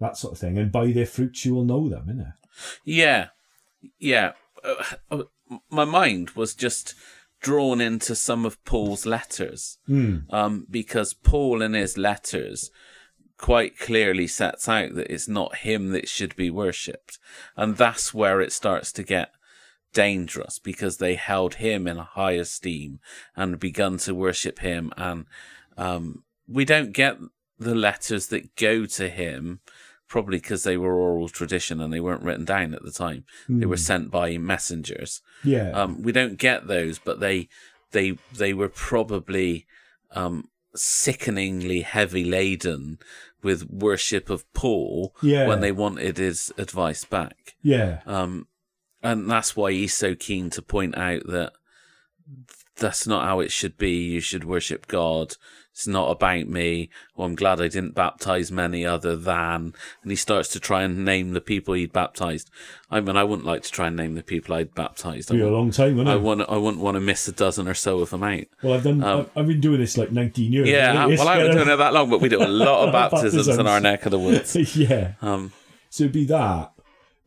Speaker 1: that sort of thing. And by their fruits you will know them, innit?
Speaker 2: Yeah, yeah. Uh, uh, my mind was just drawn into some of Paul's letters
Speaker 1: Mm.
Speaker 2: um, because Paul, in his letters, quite clearly sets out that it's not him that should be worshipped. And that's where it starts to get dangerous because they held him in high esteem and begun to worship him. And um, we don't get the letters that go to him. Probably because they were oral tradition and they weren't written down at the time. They were sent by messengers.
Speaker 1: Hmm. Yeah.
Speaker 2: Um, we don't get those, but they they they were probably um, sickeningly heavy laden with worship of Paul
Speaker 1: Yeah.
Speaker 2: when they wanted his advice back.
Speaker 1: yeah.
Speaker 2: Um, and that's why he's so keen to point out that that's not how it should be. You should worship God. It's not about me. Well, I'm glad I didn't baptize many other than. And he starts to try and name the people he'd baptized. I mean, I wouldn't like to try and name the people I'd baptized. I
Speaker 1: Be a
Speaker 2: wouldn't,
Speaker 1: long time, wouldn't
Speaker 2: I,
Speaker 1: it?
Speaker 2: wouldn't, I wouldn't want to miss a dozen or so of them out.
Speaker 1: well, I've done. I've, I've been doing this like 19 years.
Speaker 2: um, Yeah,
Speaker 1: It's
Speaker 2: well, I haven't
Speaker 1: better-
Speaker 2: done it that long, but we do a lot of baptisms in our
Speaker 1: Baptisms.
Speaker 2: neck of the woods.
Speaker 1: yeah.
Speaker 2: Um,
Speaker 1: So it'd be that.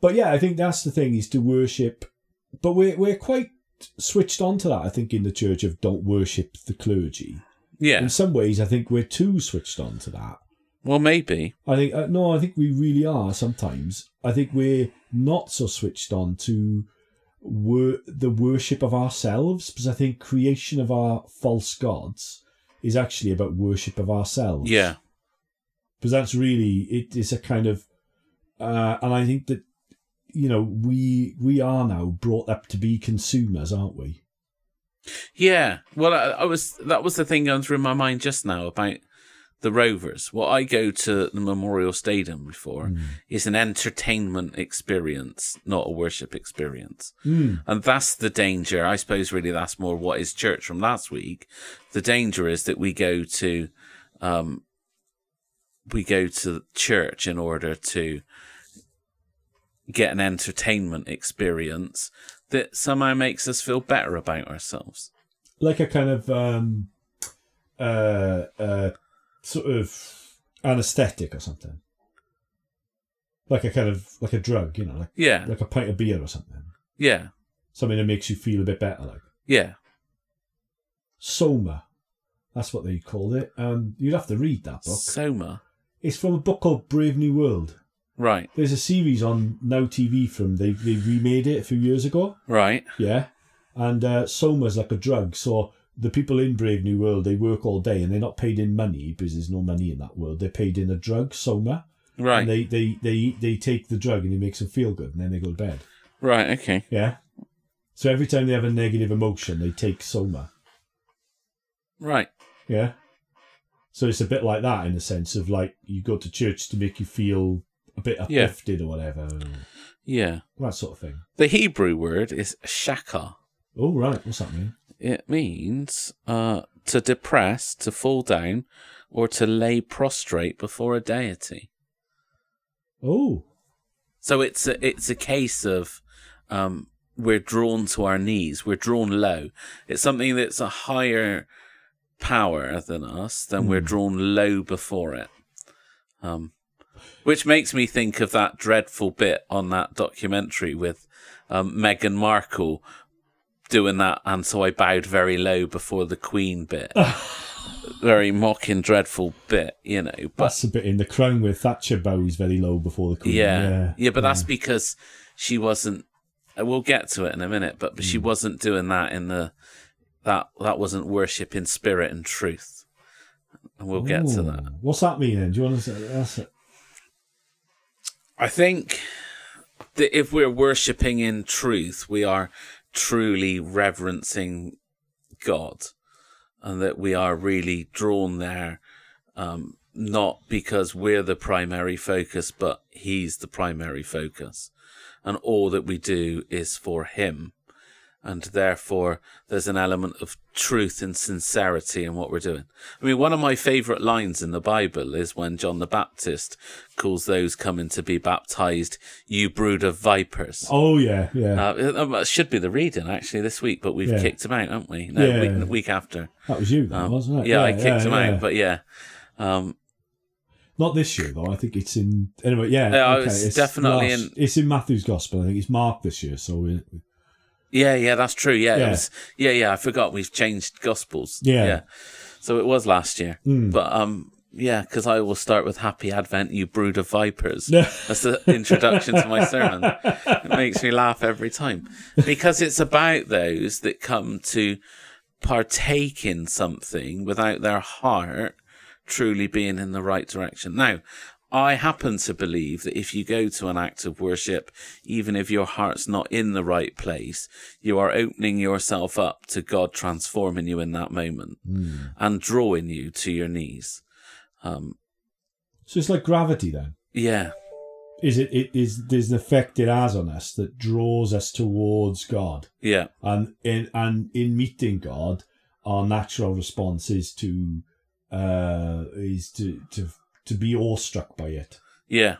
Speaker 1: But yeah, I think that's the thing is to worship. But we're we're quite switched on to that. I think in the church of don't worship the clergy.
Speaker 2: yeah,
Speaker 1: In some ways, I think we're too switched on to that.
Speaker 2: well, maybe.
Speaker 1: I think uh, no, I think we really are sometimes. I think we're not so switched on to wor- the worship of ourselves because I think creation of our false gods is actually about worship of ourselves.
Speaker 2: Yeah,
Speaker 1: because that's really it is a kind of, uh, and I think that you know we we are now brought up to be consumers, aren't we?
Speaker 2: yeah. Well, I, I was that was the thing going through my mind just now about the Rovers. What I go to the Memorial Stadium for is an entertainment experience, not a worship experience. And that's the danger. I suppose really that's more what is church from last week. The danger is that we go to um we go to church in order to get an entertainment experience that somehow makes us feel better about ourselves.
Speaker 1: Like a kind of um, uh, uh, sort of anesthetic or something, like a kind of like a drug, you know, like
Speaker 2: Yeah.
Speaker 1: like a pint of beer or something,
Speaker 2: Yeah.
Speaker 1: something that makes you feel a bit better, like
Speaker 2: Yeah.
Speaker 1: soma. That's what they called it. Um, you'd have to read that book.
Speaker 2: Soma.
Speaker 1: It's from a book called Brave New World.
Speaker 2: Right.
Speaker 1: There's a series on Now TV from they they remade it a few years ago.
Speaker 2: Right.
Speaker 1: Yeah, and uh, Soma's like a drug. So the people in Brave New World they work all day and they're not paid in money because there's no money in that world. They're paid in a drug, Soma,
Speaker 2: Right.
Speaker 1: and they they they they take the drug and it makes them feel good, and then they go to bed.
Speaker 2: right. Okay.
Speaker 1: Yeah. So every time they have a negative emotion, they take Soma.
Speaker 2: Right.
Speaker 1: Yeah. So it's a bit like that in the sense of like you go to church to make you feel a bit
Speaker 2: Yeah.
Speaker 1: uplifted or whatever,
Speaker 2: Yeah.
Speaker 1: that sort of thing.
Speaker 2: The Hebrew word is shaka.
Speaker 1: Oh right, what's that mean?
Speaker 2: It means uh, to depress, to fall down, or to lay prostrate before a deity.
Speaker 1: Oh,
Speaker 2: So it's a, it's a case of um, we're drawn to our knees, we're drawn low. It's something that's a higher power than us, then we're drawn low before it. Um, which makes me think of that dreadful bit on that documentary with um, Meghan Markle doing that, and so I bowed very low before the Queen bit. very mocking, dreadful bit, you know. But
Speaker 1: that's a bit in the crown where Thatcher bows very low before the Queen.
Speaker 2: yeah. yeah. but that's because she wasn't uh, we'll get to it in a minute, but, but she wasn't doing that in the that that wasn't worship in spirit and truth. And we'll get to
Speaker 1: Ooh.
Speaker 2: that.
Speaker 1: What's that mean then? Do you want to say that's it?
Speaker 2: I think that if we're worshipping in truth, we are truly reverencing God and that we are really drawn there, um, not because we're the primary focus, but He's the primary focus. And all that we do is for Him. And therefore, there's an element of truth and sincerity in what we're doing. I mean, one of my favorite lines in the Bible is when John the Baptist calls those coming to be baptized, you brood of vipers.
Speaker 1: Oh yeah, yeah.
Speaker 2: Uh, it- um, it should be the reading actually this week, but we've
Speaker 1: Yeah.
Speaker 2: kicked them out, haven't we? No,
Speaker 1: Yeah.
Speaker 2: week, the week after.
Speaker 1: that was you, though, wasn't it?
Speaker 2: uh, Yeah, I kicked them
Speaker 1: yeah.
Speaker 2: out, but yeah. Um,
Speaker 1: not this year though. I think it's in anyway. Yeah,
Speaker 2: Yeah,
Speaker 1: okay,
Speaker 2: it's definitely
Speaker 1: last-
Speaker 2: in-
Speaker 1: It's in Matthew's Gospel. I think it's Mark this year. So we,
Speaker 2: yeah, yeah, that's true. Yeah, yeah.
Speaker 1: Yeah.
Speaker 2: It was, yeah, yeah. I forgot we've changed gospels.
Speaker 1: Yeah.
Speaker 2: So it was last year,
Speaker 1: Mm.
Speaker 2: but um, yeah, because I will start with Happy Advent, you brood of vipers.
Speaker 1: Yeah.
Speaker 2: That's the introduction to my sermon. It makes me laugh every time because it's about those that come to partake in something without their heart truly being in the right direction. Now, I happen to believe that if you go to an act of worship, even if your heart's not in the right place, you are opening yourself up to God transforming you in that moment
Speaker 1: hmm.
Speaker 2: and drawing you to your knees. Um,
Speaker 1: so it's like gravity then.
Speaker 2: yeah,
Speaker 1: is it, it is there's an effect it has on us that draws us towards God,
Speaker 2: Yeah.
Speaker 1: and in and in meeting God, our natural response is to uh is to to to be awestruck by it.
Speaker 2: Yeah.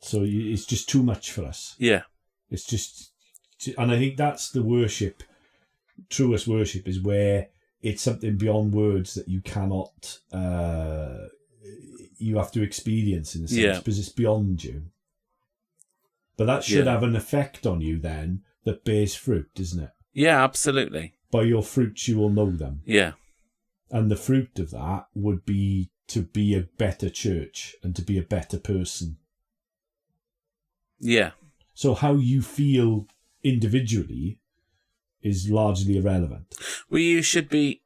Speaker 1: So you- it's just too much for us.
Speaker 2: Yeah.
Speaker 1: It's just, and I think that's the worship, truest worship is where it's something beyond words that you cannot, uh, you have to experience in a sense
Speaker 2: Yeah.
Speaker 1: because it's beyond you. But that should
Speaker 2: Yeah.
Speaker 1: have an effect on you then that bears fruit, doesn't it?
Speaker 2: Yeah. Absolutely.
Speaker 1: By your fruits you will know them,
Speaker 2: Yeah.
Speaker 1: and the fruit of that would be to be a better church and to be a better person.
Speaker 2: Yeah.
Speaker 1: So how you feel individually is largely irrelevant.
Speaker 2: Well, you should be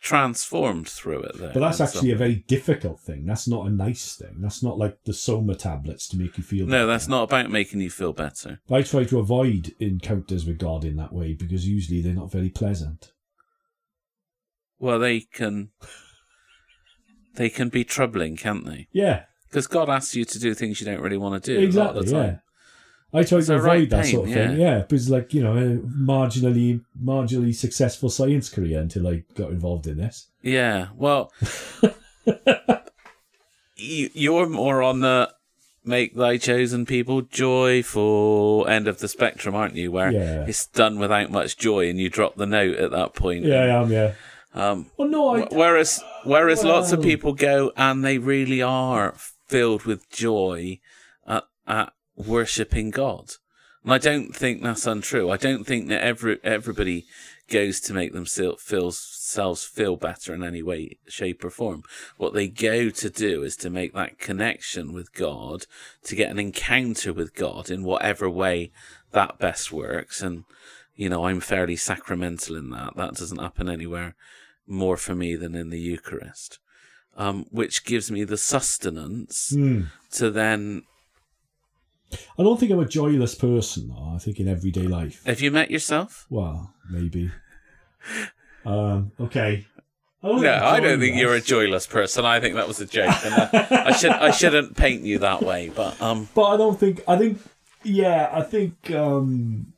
Speaker 2: transformed through it, though.
Speaker 1: But that's
Speaker 2: in some-
Speaker 1: actually a very difficult thing. That's not a nice thing. That's not like the soma tablets to make you feel.
Speaker 2: No, that's not about making you feel better.
Speaker 1: I try to avoid encounters with God in that way because usually they're not very pleasant.
Speaker 2: Well, they can. They can be troubling, can't they?
Speaker 1: Yeah,
Speaker 2: Because God asks you to do things you don't really want to do. A lot
Speaker 1: exactly.
Speaker 2: of the
Speaker 1: Yeah.
Speaker 2: time.
Speaker 1: I try
Speaker 2: It's
Speaker 1: to
Speaker 2: a
Speaker 1: avoid
Speaker 2: right
Speaker 1: that
Speaker 2: pain,
Speaker 1: sort of thing.
Speaker 2: yeah.
Speaker 1: Yeah, because like you know, a marginally, marginally successful science career until I got involved in this.
Speaker 2: Yeah. Well, you, you're more on the make thy chosen people joyful end of the spectrum, aren't you? Where
Speaker 1: Yeah.
Speaker 2: it's done without much joy, and you drop the note at that point.
Speaker 1: Yeah, I am. Yeah.
Speaker 2: Um,
Speaker 1: Well, no, I,
Speaker 2: Wh- Whereas, whereas lots of
Speaker 1: Wow.
Speaker 2: people go and they really are filled with joy at, at worshiping God, and I don't think that's untrue. I don't think that every everybody goes to make themselves feel, themselves feel better in any way, shape, or form. What they go to do is to make that connection with God, to get an encounter with God in whatever way that best works. And you know, I'm fairly sacramental in that. That doesn't happen anywhere more for me than in the Eucharist, um, which gives me the sustenance
Speaker 1: Hmm.
Speaker 2: to then.
Speaker 1: I don't think I'm a joyless person. Though I think in everyday life.
Speaker 2: Have you met yourself?
Speaker 1: Well, maybe. Um, okay. I
Speaker 2: No, Oh, I don't think you're a joyless person. I think that was a joke. And uh, I, I should I shouldn't paint you that way, but um,
Speaker 1: But I don't think. I think. Yeah, I think. Um,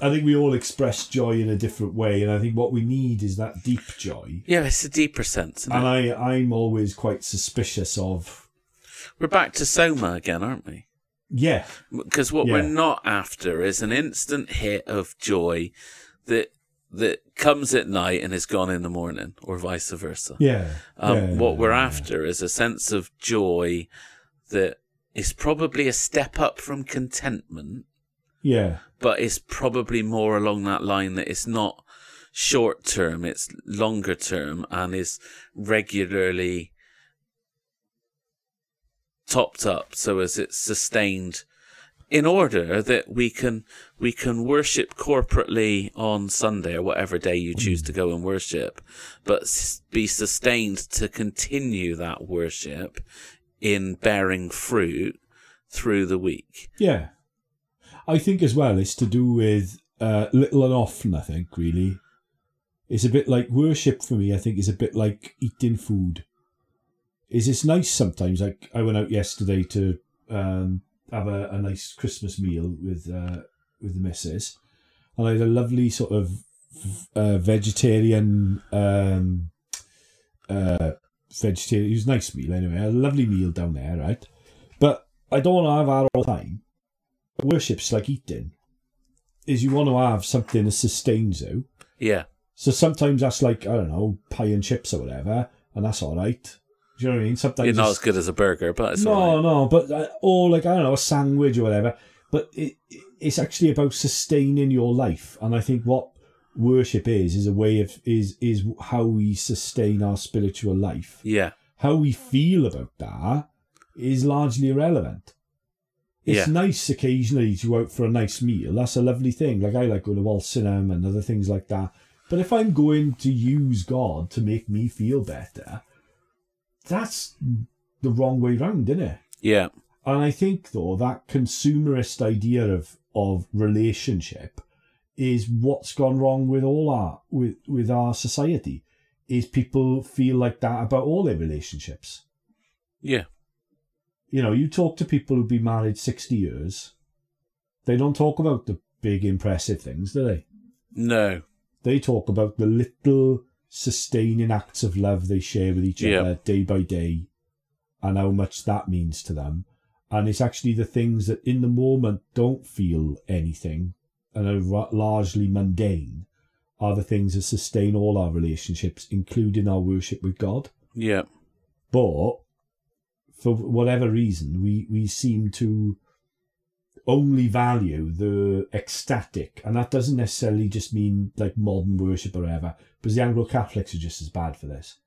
Speaker 1: I think we all express joy in a different way, and I think what we need is that deep joy.
Speaker 2: yeah, it's a deeper sense. isn't it?
Speaker 1: And I, I'm always quite suspicious of.
Speaker 2: We're back to soma again, aren't we?
Speaker 1: Yeah,
Speaker 2: because what
Speaker 1: Yeah.
Speaker 2: we're not after is an instant hit of joy that that comes at night and is gone in the morning, or vice versa.
Speaker 1: yeah.
Speaker 2: Um,
Speaker 1: yeah,
Speaker 2: what we're
Speaker 1: yeah.
Speaker 2: after is a sense of joy that is probably a step up from contentment,
Speaker 1: Yeah,
Speaker 2: but it's probably more along that line that it's not short term, it's longer term, and is regularly topped up so as it's sustained in order that we can we can worship corporately on Sunday or whatever day you choose to go and worship but s- be sustained to continue that worship in bearing fruit through the week
Speaker 1: yeah. I think as well it's to do with uh, little and often. I think really, it's a bit like worship for me. I think is a bit like eating food. Is it's nice sometimes? Like I went out yesterday to um, have a, a nice Christmas meal with uh, with the missus, and I had a lovely sort of v- uh, vegetarian. Um, uh, vegetarian. It was a nice meal anyway. A lovely meal down there, right? But I don't want to have that all the time. Worship's like eating. Is you want to have something that sustains you.
Speaker 2: yeah
Speaker 1: So sometimes that's like I don't know pie and chips or whatever, and that's all right. Do you know what I mean? Sometimes
Speaker 2: You're not as
Speaker 1: it's-
Speaker 2: good as a burger, but it's
Speaker 1: no,
Speaker 2: all right.
Speaker 1: no, but uh, or like I don't know a sandwich or whatever. But it it's actually about sustaining your life, and I think what worship is is a way of is is how we sustain our spiritual life
Speaker 2: Yeah,
Speaker 1: how we feel about that is largely irrelevant. It's
Speaker 2: Yeah.
Speaker 1: nice occasionally to go out for a nice meal. That's a lovely thing. Like I like going to Walt Cinema and other things like that. But if I'm going to use God to make me feel better, that's the wrong way round, isn't it?
Speaker 2: yeah,
Speaker 1: And I think though that consumerist idea of of relationship is what's gone wrong with all our with with our society. Is people feel like that about all their relationships.
Speaker 2: yeah,
Speaker 1: you know, you talk to people who've been married 60 years, they don't talk about the big, impressive things, do they?
Speaker 2: No.
Speaker 1: They talk about the little sustaining acts of love they share with each
Speaker 2: Yeah.
Speaker 1: other day by day and how much that means to them. And it's actually the things that in the moment don't feel anything and are ra- largely mundane are the things that sustain all our relationships, including our worship with God.
Speaker 2: Yeah.
Speaker 1: But for whatever reason, we, we seem to only value the ecstatic, and that doesn't necessarily just mean like modern worship or ever, because the Anglo Catholics are just as bad for this.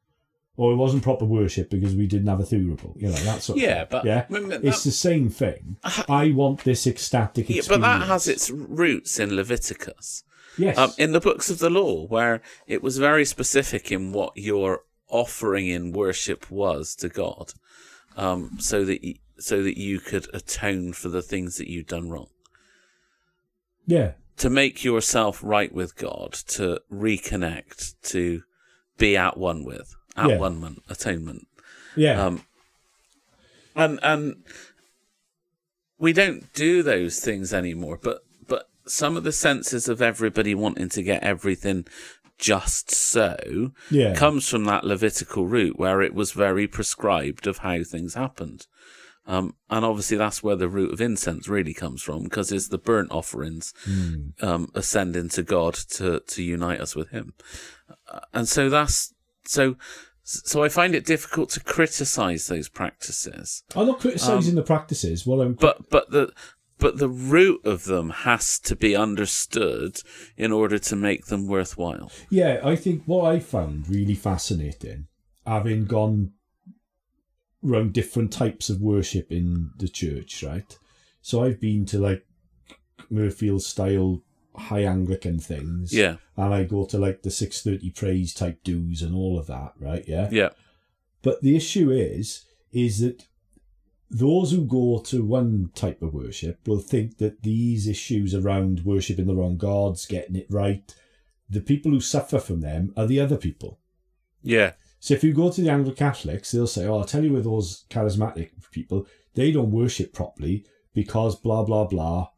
Speaker 1: Or it wasn't proper worship because we didn't have a thurible, you know, that sort
Speaker 2: Yeah,
Speaker 1: of
Speaker 2: but-
Speaker 1: yeah,
Speaker 2: remember that- Ah.
Speaker 1: it's the same thing. I want this ecstatic
Speaker 2: yeah
Speaker 1: experience.
Speaker 2: but that has its roots in Leviticus.
Speaker 1: yes,
Speaker 2: um, in the books of the law, where it was very specific in what your offering in worship was to God, um, so that you, so that you could atone for the things that you'd done wrong,
Speaker 1: yeah,
Speaker 2: to make yourself right with God, to reconnect, to be at one with at
Speaker 1: Yeah.
Speaker 2: one man, atonement.
Speaker 1: yeah,
Speaker 2: Um, and and we don't do those things anymore. But but some of the senses of everybody wanting to get everything just so
Speaker 1: yeah,
Speaker 2: comes from that Levitical root where it was very prescribed of how things happened. Um, and obviously that's where the root of incense really comes from because it's the burnt offerings um, ascending to God to, to unite us with him. Uh, and so that's so so I find it difficult to criticize those practices.
Speaker 1: I'm not
Speaker 2: Um,
Speaker 1: criticizing the practices. Well, I'm
Speaker 2: But but the but the root of them has to be understood in order to make them worthwhile.
Speaker 1: Yeah, I think what I found really fascinating, having gone round different types of worship in the church, right? So I've been to like Murfield style high Anglican things.
Speaker 2: Yeah.
Speaker 1: And I go to like the six thirty praise type do's and all of that, right? Yeah.
Speaker 2: Yeah.
Speaker 1: But the issue is, is that those who go to one type of worship will think that these issues around worshipping the wrong gods, getting it right, the people who suffer from them are the other people.
Speaker 2: Yeah.
Speaker 1: So if you go to the Anglo Catholics, they'll say, "Oh, I'll tell you with those charismatic people, they don't worship properly because blah blah blah,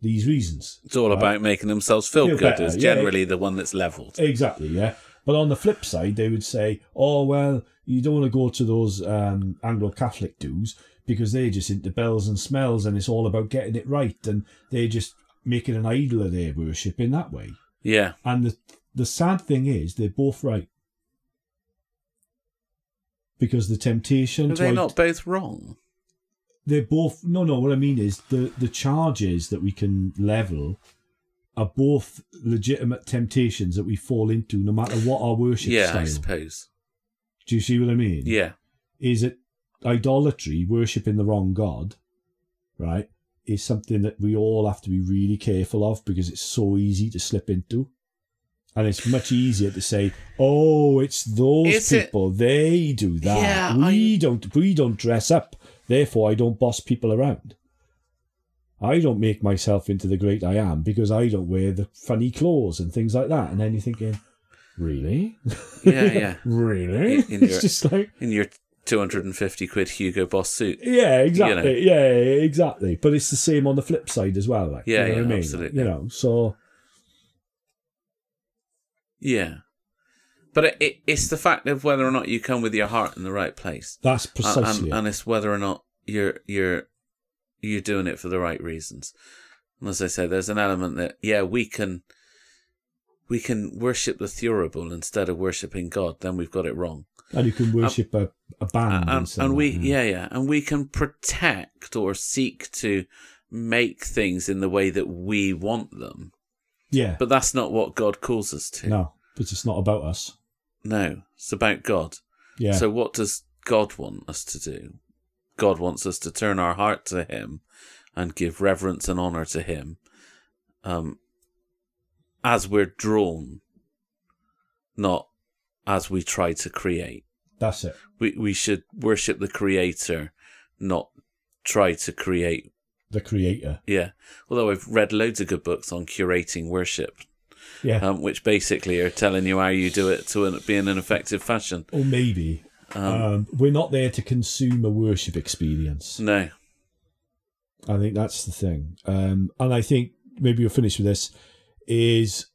Speaker 1: these reasons."
Speaker 2: It's all
Speaker 1: Right.
Speaker 2: about making themselves feel,
Speaker 1: Feel
Speaker 2: good.
Speaker 1: better,
Speaker 2: is
Speaker 1: yeah.
Speaker 2: generally the one that's levelled.
Speaker 1: Exactly, yeah. But on the flip side, they would say, "Oh well, you don't want to go to those um, Anglo-Catholic dues because they're just into bells and smells, and it's all about getting it right, and they're just making an idol of their worship in that way."
Speaker 2: Yeah,
Speaker 1: And the the sad thing is, they're both right because the temptation
Speaker 2: are
Speaker 1: to
Speaker 2: they
Speaker 1: id-
Speaker 2: not both wrong?
Speaker 1: they're both no no what i mean is the the charges that we can level are both legitimate temptations that we fall into no matter what our worship
Speaker 2: Yeah, I
Speaker 1: style
Speaker 2: suppose.
Speaker 1: do you see what i mean
Speaker 2: Yeah,
Speaker 1: is it idolatry worshiping the wrong god right is something that we all have to be really careful of because it's so easy to slip into and it's much easier to say, "Oh, it's those
Speaker 2: Is it-
Speaker 1: people. They do that.
Speaker 2: Yeah,
Speaker 1: we
Speaker 2: I-
Speaker 1: don't. We don't dress up. Therefore, I don't boss people around. I don't make myself into the great I am because I don't wear the funny clothes and things like that." And then you're thinking, "Really?
Speaker 2: yeah, yeah.
Speaker 1: really?
Speaker 2: In- in
Speaker 1: it's
Speaker 2: your-
Speaker 1: just like."
Speaker 2: In your two hundred and fifty quid Hugo Boss suit.
Speaker 1: Yeah, exactly. Yeah, yeah, exactly. But it's the same on the flip side as well. Like,
Speaker 2: Yeah,
Speaker 1: you know
Speaker 2: yeah,
Speaker 1: what I mean?
Speaker 2: absolutely.
Speaker 1: You know, so
Speaker 2: Yeah, but it, it, it's the fact of whether or not you come with your heart in the right place,
Speaker 1: that's
Speaker 2: And-
Speaker 1: precisely.
Speaker 2: and, and it's whether or not you're you're you're doing it for the right reasons. And as I say, there's an element that yeah, we can we can worship the thurible instead of worshiping God. Then we've got it wrong.
Speaker 1: it. and you can worship a, a band and, uh,
Speaker 2: and,
Speaker 1: stuff
Speaker 2: and
Speaker 1: like
Speaker 2: we
Speaker 1: that,
Speaker 2: yeah yeah and we can protect or seek to make things in the way that we want them
Speaker 1: yeah.
Speaker 2: but that's not what god calls us to
Speaker 1: No, but it's not about us.
Speaker 2: No, it's about god
Speaker 1: Yeah.
Speaker 2: so what does god want us to do god wants us to turn our heart to him and give reverence and honor to him um as we're drawn not as we try to create
Speaker 1: that's it.
Speaker 2: we we should worship the creator not try to create
Speaker 1: The creator.
Speaker 2: yeah although i've read loads of good books on curating worship
Speaker 1: Yeah.
Speaker 2: um, which basically are telling you how you do it to an, be in an effective fashion
Speaker 1: or maybe
Speaker 2: Um,
Speaker 1: Um, we're not there to consume a worship experience.
Speaker 2: no.
Speaker 1: I think that's the thing. Um, and I think maybe you'll finish with this is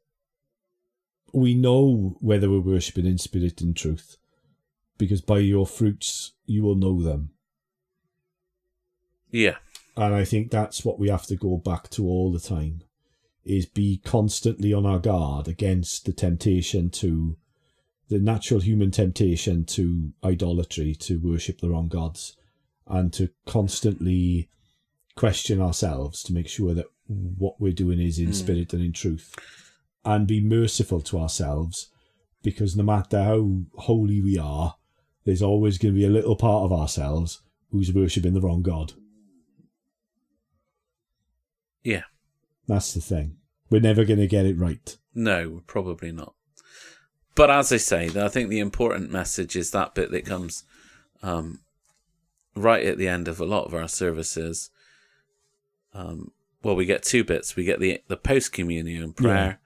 Speaker 1: we know whether we're worshipping in spirit and truth because by your fruits you will know them.
Speaker 2: Yeah.
Speaker 1: And I think that's what we have to go back to all the time is be constantly on our guard against the temptation to the natural human temptation to idolatry, to worship the wrong gods, and to constantly question ourselves to make sure that what we're doing is in
Speaker 2: Mm.
Speaker 1: spirit and in truth, and be merciful to ourselves because no matter how holy we are, there's always going to be a little part of ourselves who's worshipping the wrong god.
Speaker 2: Yeah.
Speaker 1: That's the thing. We're never going to get it right.
Speaker 2: No, probably not. But as I say, I think the important message is that bit that comes um, right at the end of a lot of our services. Um, well, we get two bits. We get the the post communion prayer.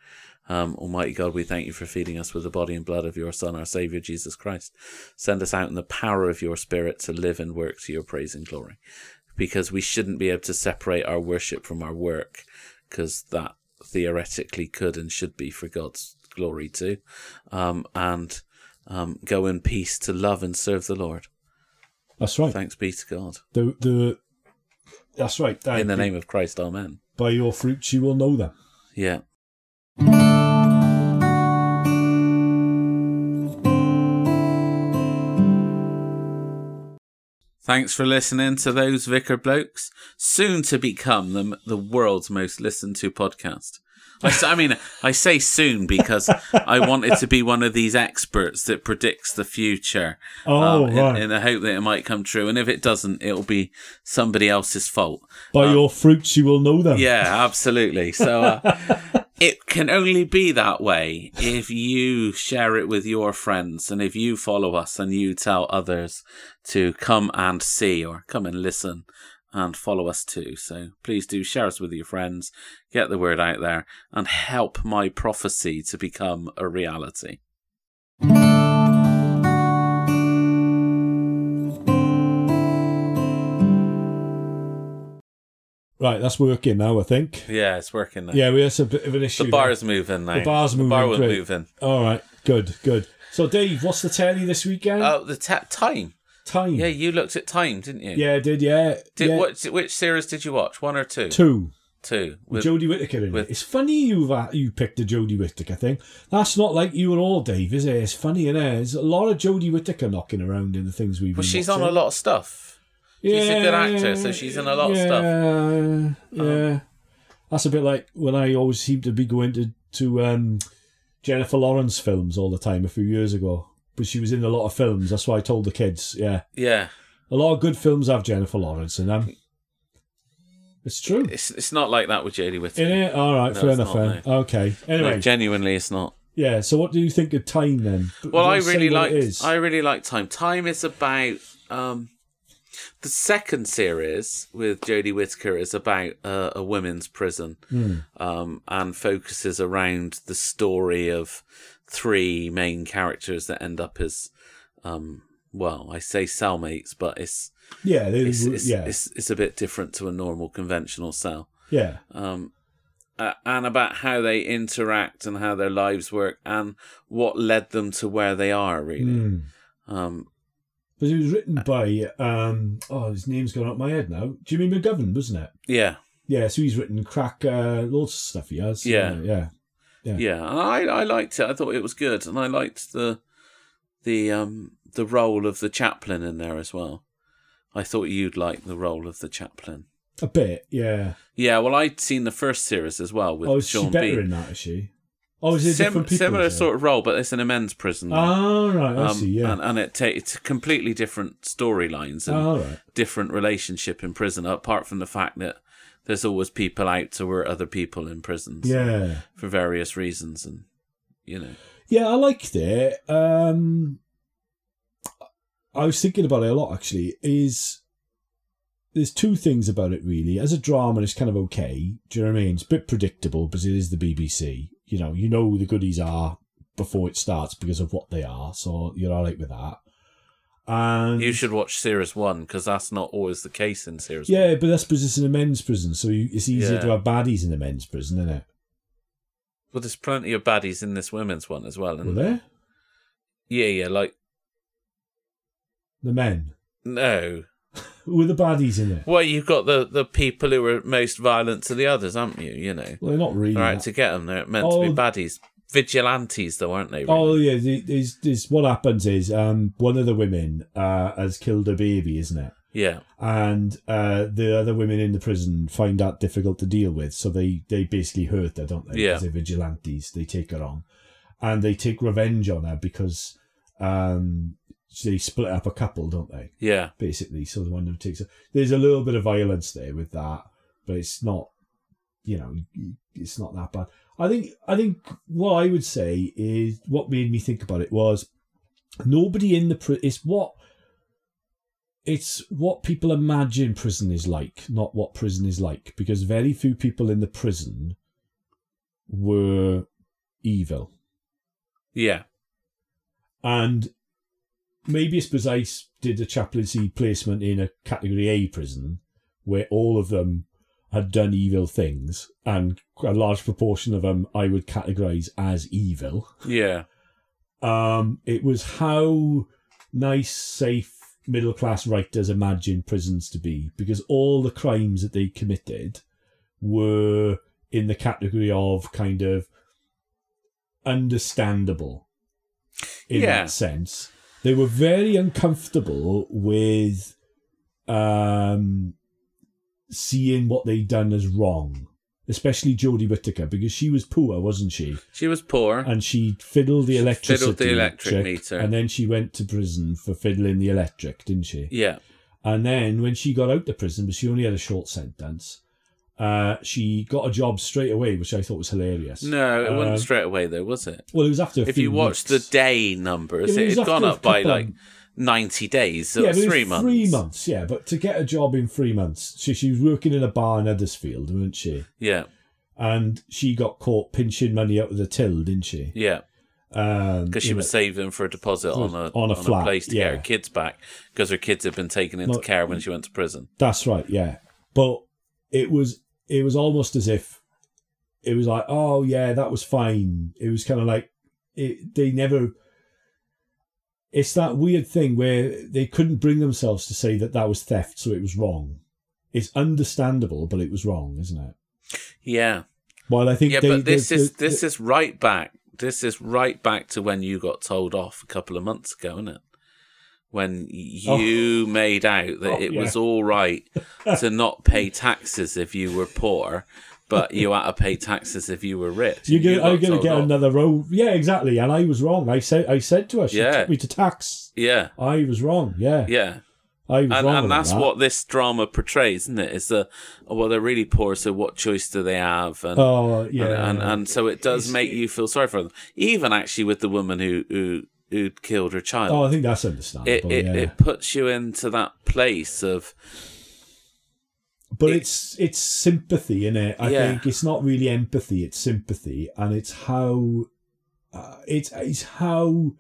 Speaker 2: Um, Almighty God, we thank you for feeding us with the body and blood of your Son, our Savior Jesus Christ. Send us out in the power of your Spirit to live and work to your praise and glory, because we shouldn't be able to separate our worship from our work, because that theoretically could and should be for God's glory too. Um, and um, go in peace to love and serve the Lord.
Speaker 1: That's right.
Speaker 2: Thanks be to God.
Speaker 1: The the that's right.
Speaker 2: In the name of Christ, Amen.
Speaker 1: by your fruits you will know them.
Speaker 2: Yeah. Thanks for listening to those Vicar Blokes, soon to become the, the world's most listened to podcast. I, s- I mean, I say soon because I wanted to be one of these experts that predicts the future.
Speaker 1: Oh,
Speaker 2: um, in-
Speaker 1: right.
Speaker 2: in, the hope that it might come true. And if it doesn't, it'll be somebody else's fault.
Speaker 1: By your fruits you will know them.
Speaker 2: uh, Yeah, absolutely. So uh, it can only be that way if you share it with your friends and if you follow us and you tell others to come and see or come and listen and follow us too. So please do share us with your friends, get the word out there, and help my prophecy to become a reality.
Speaker 1: Right, that's working now. I think.
Speaker 2: Yeah, it's working now.
Speaker 1: Yeah, we have a bit of an issue.
Speaker 2: The bar
Speaker 1: there.
Speaker 2: is moving now.
Speaker 1: The bar's
Speaker 2: The bar
Speaker 1: moving,
Speaker 2: was
Speaker 1: great.
Speaker 2: moving.
Speaker 1: All right. Good. Good. So, Dave, what's the telly this weekend?
Speaker 2: Oh, the ta- time.
Speaker 1: Time.
Speaker 2: Yeah, you looked at time, didn't you?
Speaker 1: Yeah, I did yeah.
Speaker 2: Did,
Speaker 1: yeah.
Speaker 2: What, which series did you watch? One or two?
Speaker 1: Two.
Speaker 2: Two.
Speaker 1: With
Speaker 2: With,
Speaker 1: Jodie Whittaker in
Speaker 2: with-
Speaker 1: it. It's funny you've uh, you picked a Jodie Whittaker thing. That's not like you at all, Dave, is it? It's funny, and There's a lot of Jodie Whittaker knocking around in the things we've.
Speaker 2: well,
Speaker 1: been
Speaker 2: she's on
Speaker 1: watching.
Speaker 2: a lot of stuff. She's a good actor, so she's in a lot of stuff. Um,
Speaker 1: stuff. Yeah, that's a bit like when I always seem to be going to to um, Jennifer Lawrence films all the time a few years ago, but she was in a lot of films. That's why I told the kids. Yeah,
Speaker 2: Yeah.
Speaker 1: a lot of good films have Jennifer Lawrence in them. It's true.
Speaker 2: It's it's not like that with Jodie
Speaker 1: In
Speaker 2: Whittaker.
Speaker 1: it, all right,
Speaker 2: No,
Speaker 1: fair
Speaker 2: it's
Speaker 1: enough.
Speaker 2: not,
Speaker 1: then. Okay. Anyway,
Speaker 2: No, genuinely, it's not.
Speaker 1: yeah. So, what do you think of Time then?
Speaker 2: Well, I
Speaker 1: Say
Speaker 2: really
Speaker 1: what
Speaker 2: like
Speaker 1: it is.
Speaker 2: I really like Time. Time is about um, the second series with Jodie Whittaker is about uh, a women's prison
Speaker 1: Hmm.
Speaker 2: um, and focuses around the story of three main characters that end up as um, well, I say cellmates, but it's
Speaker 1: Yeah, they,
Speaker 2: it's it's,
Speaker 1: yeah,
Speaker 2: it's it's a bit different to a normal conventional cell.
Speaker 1: yeah.
Speaker 2: Um, uh, and about how they interact and how their lives work and what led them to where they are really.
Speaker 1: Mm.
Speaker 2: Um,
Speaker 1: But it was written by um, oh, his name's gone out my head now. Jimmy McGovern, wasn't it?
Speaker 2: yeah,
Speaker 1: Yeah, so he's written crack, uh, lots of stuff he has.
Speaker 2: Yeah.
Speaker 1: Uh, yeah. Yeah.
Speaker 2: yeah. And I I liked it. I thought it was good, and I liked the the um the role of the chaplain in there as well. I thought you'd like the role of the chaplain.
Speaker 1: A bit, yeah.
Speaker 2: Yeah, well, I'd seen the first series as well with
Speaker 1: oh, is
Speaker 2: Sean
Speaker 1: she better
Speaker 2: Bean.
Speaker 1: in that, is she? Oh, is it
Speaker 2: Sim-
Speaker 1: different people?
Speaker 2: similar
Speaker 1: is it?
Speaker 2: sort of role, but it's in a men's prison.
Speaker 1: Ah, right, I
Speaker 2: Um,
Speaker 1: see, yeah.
Speaker 2: and, and it ta- it's completely different storylines and
Speaker 1: Ah, all right.
Speaker 2: different relationship in prison, apart from the fact that there's always people out to hurt other people in prisons
Speaker 1: Yeah.
Speaker 2: for various reasons, and you know,
Speaker 1: Yeah, I liked it. Um, I was thinking about it a lot, actually, is there's two things about it, really. As a drama, it's kind of okay. Do you know what I mean? It's a bit predictable because it is the BBC. You know, you know who the goodies are before it starts because of what they are. So you're all right with that. And
Speaker 2: You should watch Series 1 because that's not always the case in Series
Speaker 1: Yeah, but that's because it's in a men's prison, so you, it's easier
Speaker 2: Yeah.
Speaker 1: to have baddies in a men's prison, isn't it?
Speaker 2: Well, there's plenty of baddies in this women's one as well.
Speaker 1: Were
Speaker 2: And
Speaker 1: there?
Speaker 2: yeah, yeah, like
Speaker 1: The men.
Speaker 2: no.
Speaker 1: Who were the baddies in it?
Speaker 2: Well, you've got the the people who are most violent to the others, haven't you? You know,
Speaker 1: Well, they're not really.
Speaker 2: All right,
Speaker 1: that-
Speaker 2: to get them, they're meant to
Speaker 1: Oh.
Speaker 2: be baddies, vigilantes, though, aren't they?
Speaker 1: Oh yeah, the- there's, there's, what happens is um, one of the women uh, has killed her baby, isn't it?
Speaker 2: yeah,
Speaker 1: And uh, the other women in the prison find that difficult to deal with, so they, they basically hurt her, don't they?
Speaker 2: Yeah.
Speaker 1: Because they're vigilantes, they take her on, and they take revenge on her because um, they split up a couple, don't they?
Speaker 2: yeah,
Speaker 1: Basically, so the one who takes her. There's a little bit of violence there with that, but it's not, you know, it's not that bad. I think I think what I would say is what made me think about it was nobody in the pri- it's what it's what people imagine prison is like, not what prison is like, because very few people in the prison were evil,
Speaker 2: yeah,
Speaker 1: and maybe it's because I s- did a chaplaincy placement in a category A prison where all of them had done evil things, and a large proportion of them I would categorize as evil.
Speaker 2: yeah,
Speaker 1: Um, it was how nice, safe, middle class writers imagine prisons to be because all the crimes that they committed were in the category of kind of understandable in
Speaker 2: Yeah.
Speaker 1: that sense. They were very uncomfortable with um, seeing what they'd done as wrong, especially Jodie Whittaker because she was poor, wasn't she?
Speaker 2: She was poor.
Speaker 1: and she fiddled the electricity
Speaker 2: fiddled the electric meter.
Speaker 1: and then she went to prison for fiddling the electric didn't she
Speaker 2: yeah,
Speaker 1: and then when she got out of prison but she only had a short sentence uh, she got a job straight away which i thought was hilarious
Speaker 2: no, it
Speaker 1: Uh,
Speaker 2: wasn't straight away though, was it?
Speaker 1: well it was after a
Speaker 2: If
Speaker 1: few
Speaker 2: you watch the
Speaker 1: weeks.
Speaker 2: day numbers,
Speaker 1: Yeah,
Speaker 2: it
Speaker 1: was
Speaker 2: had gone
Speaker 1: after a
Speaker 2: up by
Speaker 1: couple-
Speaker 2: like ninety days, so
Speaker 1: yeah,
Speaker 2: it was
Speaker 1: but
Speaker 2: three months.
Speaker 1: three months yeah but to get a job in three months she, she was working in a bar in huddersfield weren't she
Speaker 2: Yeah,
Speaker 1: and she got caught pinching money out of the till didn't she Um,
Speaker 2: yeah.
Speaker 1: because
Speaker 2: because she was saving for a deposit on a
Speaker 1: on a flat,
Speaker 2: place to
Speaker 1: yeah.
Speaker 2: get her kids back because her kids had been taken into
Speaker 1: Not-
Speaker 2: care when she went to prison.
Speaker 1: That's right, yeah. But it was it was almost as if it was like, oh yeah, that was fine. It was kind of like it, they never. It's that weird thing where they couldn't bring themselves to say that that was theft, so it was wrong. It's understandable, but it was wrong, isn't it?
Speaker 2: Yeah,
Speaker 1: Well, I think
Speaker 2: yeah,
Speaker 1: they,
Speaker 2: but this
Speaker 1: they-
Speaker 2: is
Speaker 1: they-
Speaker 2: this is right back. This is right back to when you got told off a couple of months ago, isn't it? When you made out that
Speaker 1: Oh,
Speaker 2: it
Speaker 1: yeah.
Speaker 2: was all right to not pay taxes if you were poor, but you had to pay taxes if you were rich.
Speaker 1: You're gonna,
Speaker 2: You got
Speaker 1: I'm gonna
Speaker 2: told
Speaker 1: get
Speaker 2: off.
Speaker 1: another row. Yeah, exactly. And I was wrong. I said, I said to her, she
Speaker 2: Yeah.
Speaker 1: took me to tax.
Speaker 2: Yeah,
Speaker 1: I was wrong. Yeah,
Speaker 2: yeah.
Speaker 1: I was
Speaker 2: and,
Speaker 1: wrong.
Speaker 2: and
Speaker 1: about
Speaker 2: that's
Speaker 1: that.
Speaker 2: what this drama portrays, isn't it? It's the oh, well, they're really poor, so what choice do they have? And
Speaker 1: Oh yeah,
Speaker 2: and, and and so it does
Speaker 1: It's-
Speaker 2: make
Speaker 1: it-
Speaker 2: you feel sorry for them. Even actually with the woman who who who killed her child,
Speaker 1: Oh, I think that's
Speaker 2: it
Speaker 1: understandable.
Speaker 2: it,
Speaker 1: yeah.
Speaker 2: it puts you into that place of
Speaker 1: but it's it's sympathy in it. I
Speaker 2: Yeah.
Speaker 1: think it's not really empathy; it's sympathy, and it's how uh, it's it's how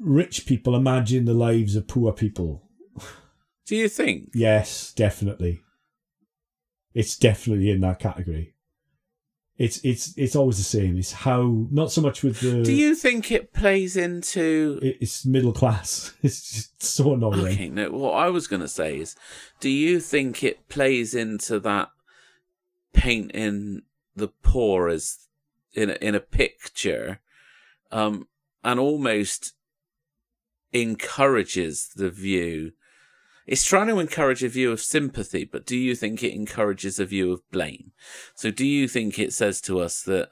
Speaker 1: rich people imagine the lives of poor people.
Speaker 2: do you think?
Speaker 1: Yes, definitely. It's definitely in that category. It's it's it's always the same. It's how not so much with the
Speaker 2: Do you think it plays into?
Speaker 1: it- it's middle class. It's just so annoying.
Speaker 2: Okay, no. What I was going to say is, do you think it plays into that painting the poor as in a, in a picture, um, and almost encourages the view? It's trying to encourage a view of sympathy, but do you think it encourages a view of blame? So, do you think it says to us that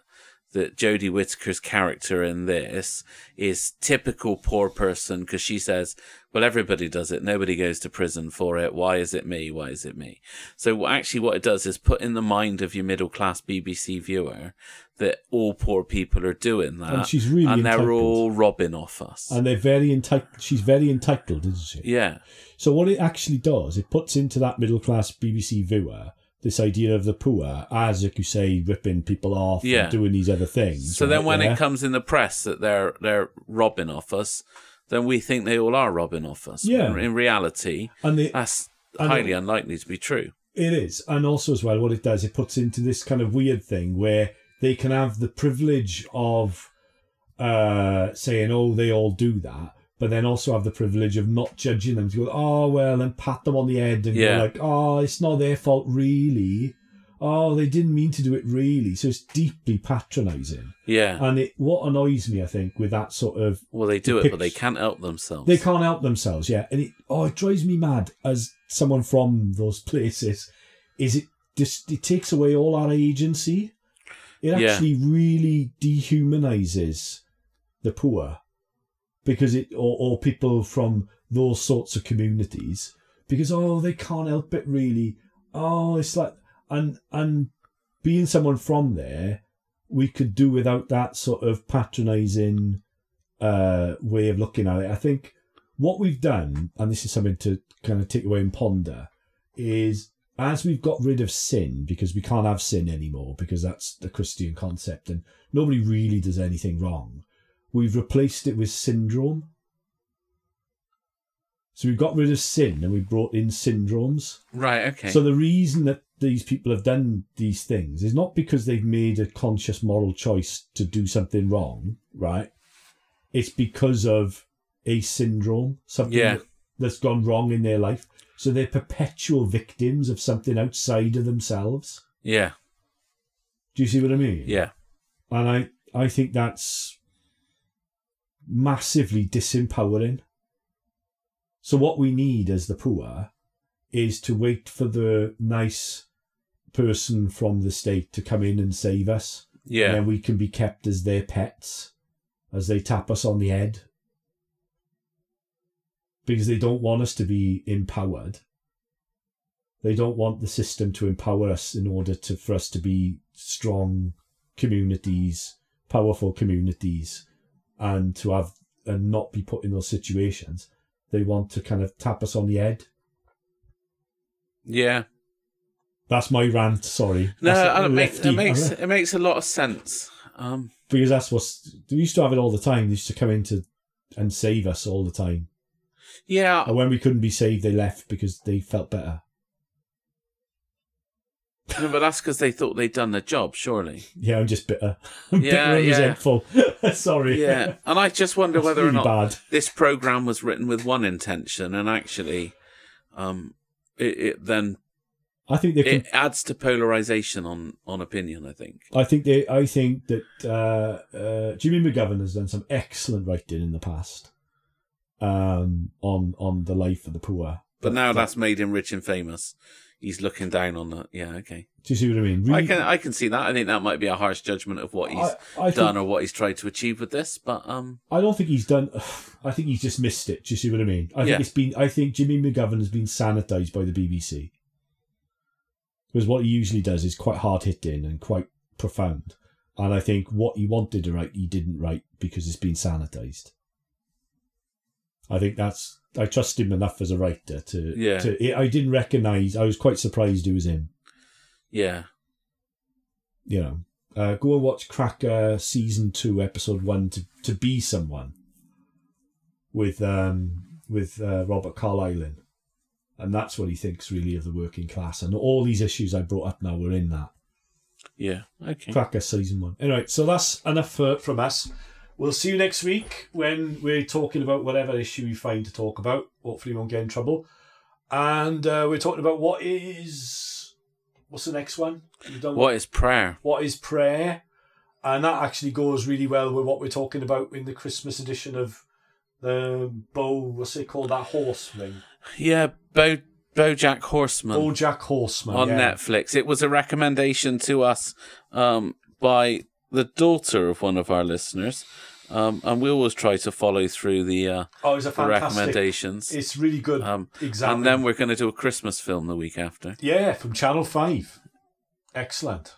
Speaker 2: that Jodie Whittaker's character in this is typical poor person because she says, "Well, everybody does it. Nobody goes to prison for it. Why is it me? Why is it me?" So wh- actually, what it does is put in the mind of your middle class BBC viewer that all poor people are doing that,
Speaker 1: And she's really
Speaker 2: and they're
Speaker 1: entitled.
Speaker 2: all robbing off us.
Speaker 1: And they're very entitled. She's very entitled, isn't she?
Speaker 2: yeah,
Speaker 1: So what it actually does, it puts into that middle class BBC viewer this idea of the poor as, like you say, ripping people off
Speaker 2: Yeah.
Speaker 1: and doing these other things.
Speaker 2: So then,
Speaker 1: right?
Speaker 2: when
Speaker 1: Yeah.
Speaker 2: it comes in the press that they're they're robbing off us, then we think they all are robbing off us.
Speaker 1: Yeah.
Speaker 2: In reality,
Speaker 1: And the,
Speaker 2: that's
Speaker 1: I know.
Speaker 2: highly unlikely to be true.
Speaker 1: It is, and also as well, what it does, it puts into this kind of weird thing where they can have the privilege of uh, saying, "Oh, they all do that," but then also have the privilege of not judging them. To go, "Oh well," and pat them on the head and
Speaker 2: Yeah.
Speaker 1: go like, "Oh, it's not their fault, really." Oh, they didn't mean to do it, really. So it's deeply patronising,
Speaker 2: Yeah.
Speaker 1: and it what annoys me, I think, with that sort of
Speaker 2: Well, they do it, but they
Speaker 1: Depicts-
Speaker 2: can't help themselves.
Speaker 1: they can't help themselves, yeah. And it oh, it drives me mad as someone from those places. Is it just it takes away all our agency? It
Speaker 2: Yeah.
Speaker 1: actually really dehumanizes the poor because it or, or people from those sorts of communities because oh they can't help it really oh it's like and and being someone from there we could do without that sort of patronizing uh, way of looking at it. I think what we've done, and this is something to kind of take away and ponder, is as we've got rid of sin, because we can't have sin anymore, because that's the Christian concept, and nobody really does anything wrong, we've replaced it with syndrome. So we got rid of sin and we brought in syndromes.
Speaker 2: Right. Okay.
Speaker 1: So the reason that these people have done these things is not because they've made a conscious moral choice to do something wrong, right? It's because of a syndrome, something
Speaker 2: Yeah.
Speaker 1: that- that's gone wrong in their life. So they're perpetual victims of something outside of themselves.
Speaker 2: yeah.
Speaker 1: Do you see what I mean?
Speaker 2: Yeah.
Speaker 1: And I, I think that's massively disempowering. So what we need as the poor is to wait for the nice person from the state to come in and save us. And
Speaker 2: Yeah.
Speaker 1: then we can be kept as their pets as they tap us on the head. Because they don't want us to be empowered. They don't want the system to empower us in order to for us to be strong communities, powerful communities, and to have and not be put in those situations. They want to kind of tap us on the head.
Speaker 2: Yeah.
Speaker 1: That's my rant, sorry.
Speaker 2: No,
Speaker 1: That's
Speaker 2: and it makes
Speaker 1: lefty-
Speaker 2: it makes it makes a lot of sense. Um.
Speaker 1: because that's what's we used to have it all the time. They used to come in to and save us all the time.
Speaker 2: Yeah.
Speaker 1: And when we couldn't be saved, they left because they felt better.
Speaker 2: No, but that's because they thought they'd done their job, surely.
Speaker 1: Yeah, I'm just bitter. I'm
Speaker 2: Yeah,
Speaker 1: bitter and
Speaker 2: yeah.
Speaker 1: resentful. Sorry.
Speaker 2: Yeah. And I just wonder
Speaker 1: That's
Speaker 2: whether
Speaker 1: really
Speaker 2: or not
Speaker 1: bad.
Speaker 2: this program was written with one intention, and actually, um, it, it then
Speaker 1: I think they.
Speaker 2: it
Speaker 1: Can,
Speaker 2: adds to polarization on on opinion. I think.
Speaker 1: I think they. I think that uh, uh, Jimmy McGovern has done some excellent writing in the past. Um, on on the life of the poor.
Speaker 2: But now that's made him rich and famous. He's looking down on the yeah. Okay,
Speaker 1: Do you see what I mean?
Speaker 2: I
Speaker 1: Really-
Speaker 2: can I can see that. I think that might be a harsh judgment of what he's
Speaker 1: I, I think-
Speaker 2: done or what he's tried to achieve with this. But um,
Speaker 1: I don't think he's done. I think he's just missed it. Do you see what I mean? I
Speaker 2: Yeah.
Speaker 1: think it's been. I think Jimmy McGovern has been sanitized by the BBC because what he usually does is quite hard hitting and quite profound. And I think what he wanted to write, he didn't write because it's been sanitized. I think that's. I trust him enough as a writer to.
Speaker 2: Yeah.
Speaker 1: To, I didn't recognize. I was quite surprised he was in.
Speaker 2: yeah,
Speaker 1: You know, uh, go and watch Cracker season two, episode one to to be someone. with um, with uh, Robert Carlyle in, and that's what he thinks really of the working class. And all these issues I brought up now were in that
Speaker 2: yeah, okay,
Speaker 1: Cracker season one. Anyway, so that's enough for, from us. We'll see you next week when we're talking about whatever issue we find to talk about. Hopefully, we won't get in trouble. And uh, we're talking about what is what's the next one? We've done-
Speaker 2: What is prayer?
Speaker 1: what is prayer and that actually goes really well with what we're talking about in the christmas edition of the bow what's it called that horse thing
Speaker 2: Yeah, Bo BoJack Horseman
Speaker 1: bojack horseman
Speaker 2: Um, on
Speaker 1: Oh, yeah.
Speaker 2: Netflix. It was a recommendation to us um, by the daughter of one of our listeners, um, and we always try to follow through the, uh,
Speaker 1: oh it's a
Speaker 2: the
Speaker 1: fantastic
Speaker 2: recommendations.
Speaker 1: it's really good
Speaker 2: Um,
Speaker 1: exactly
Speaker 2: And then we're going to do a Christmas film the week after.
Speaker 1: yeah from channel 5 excellent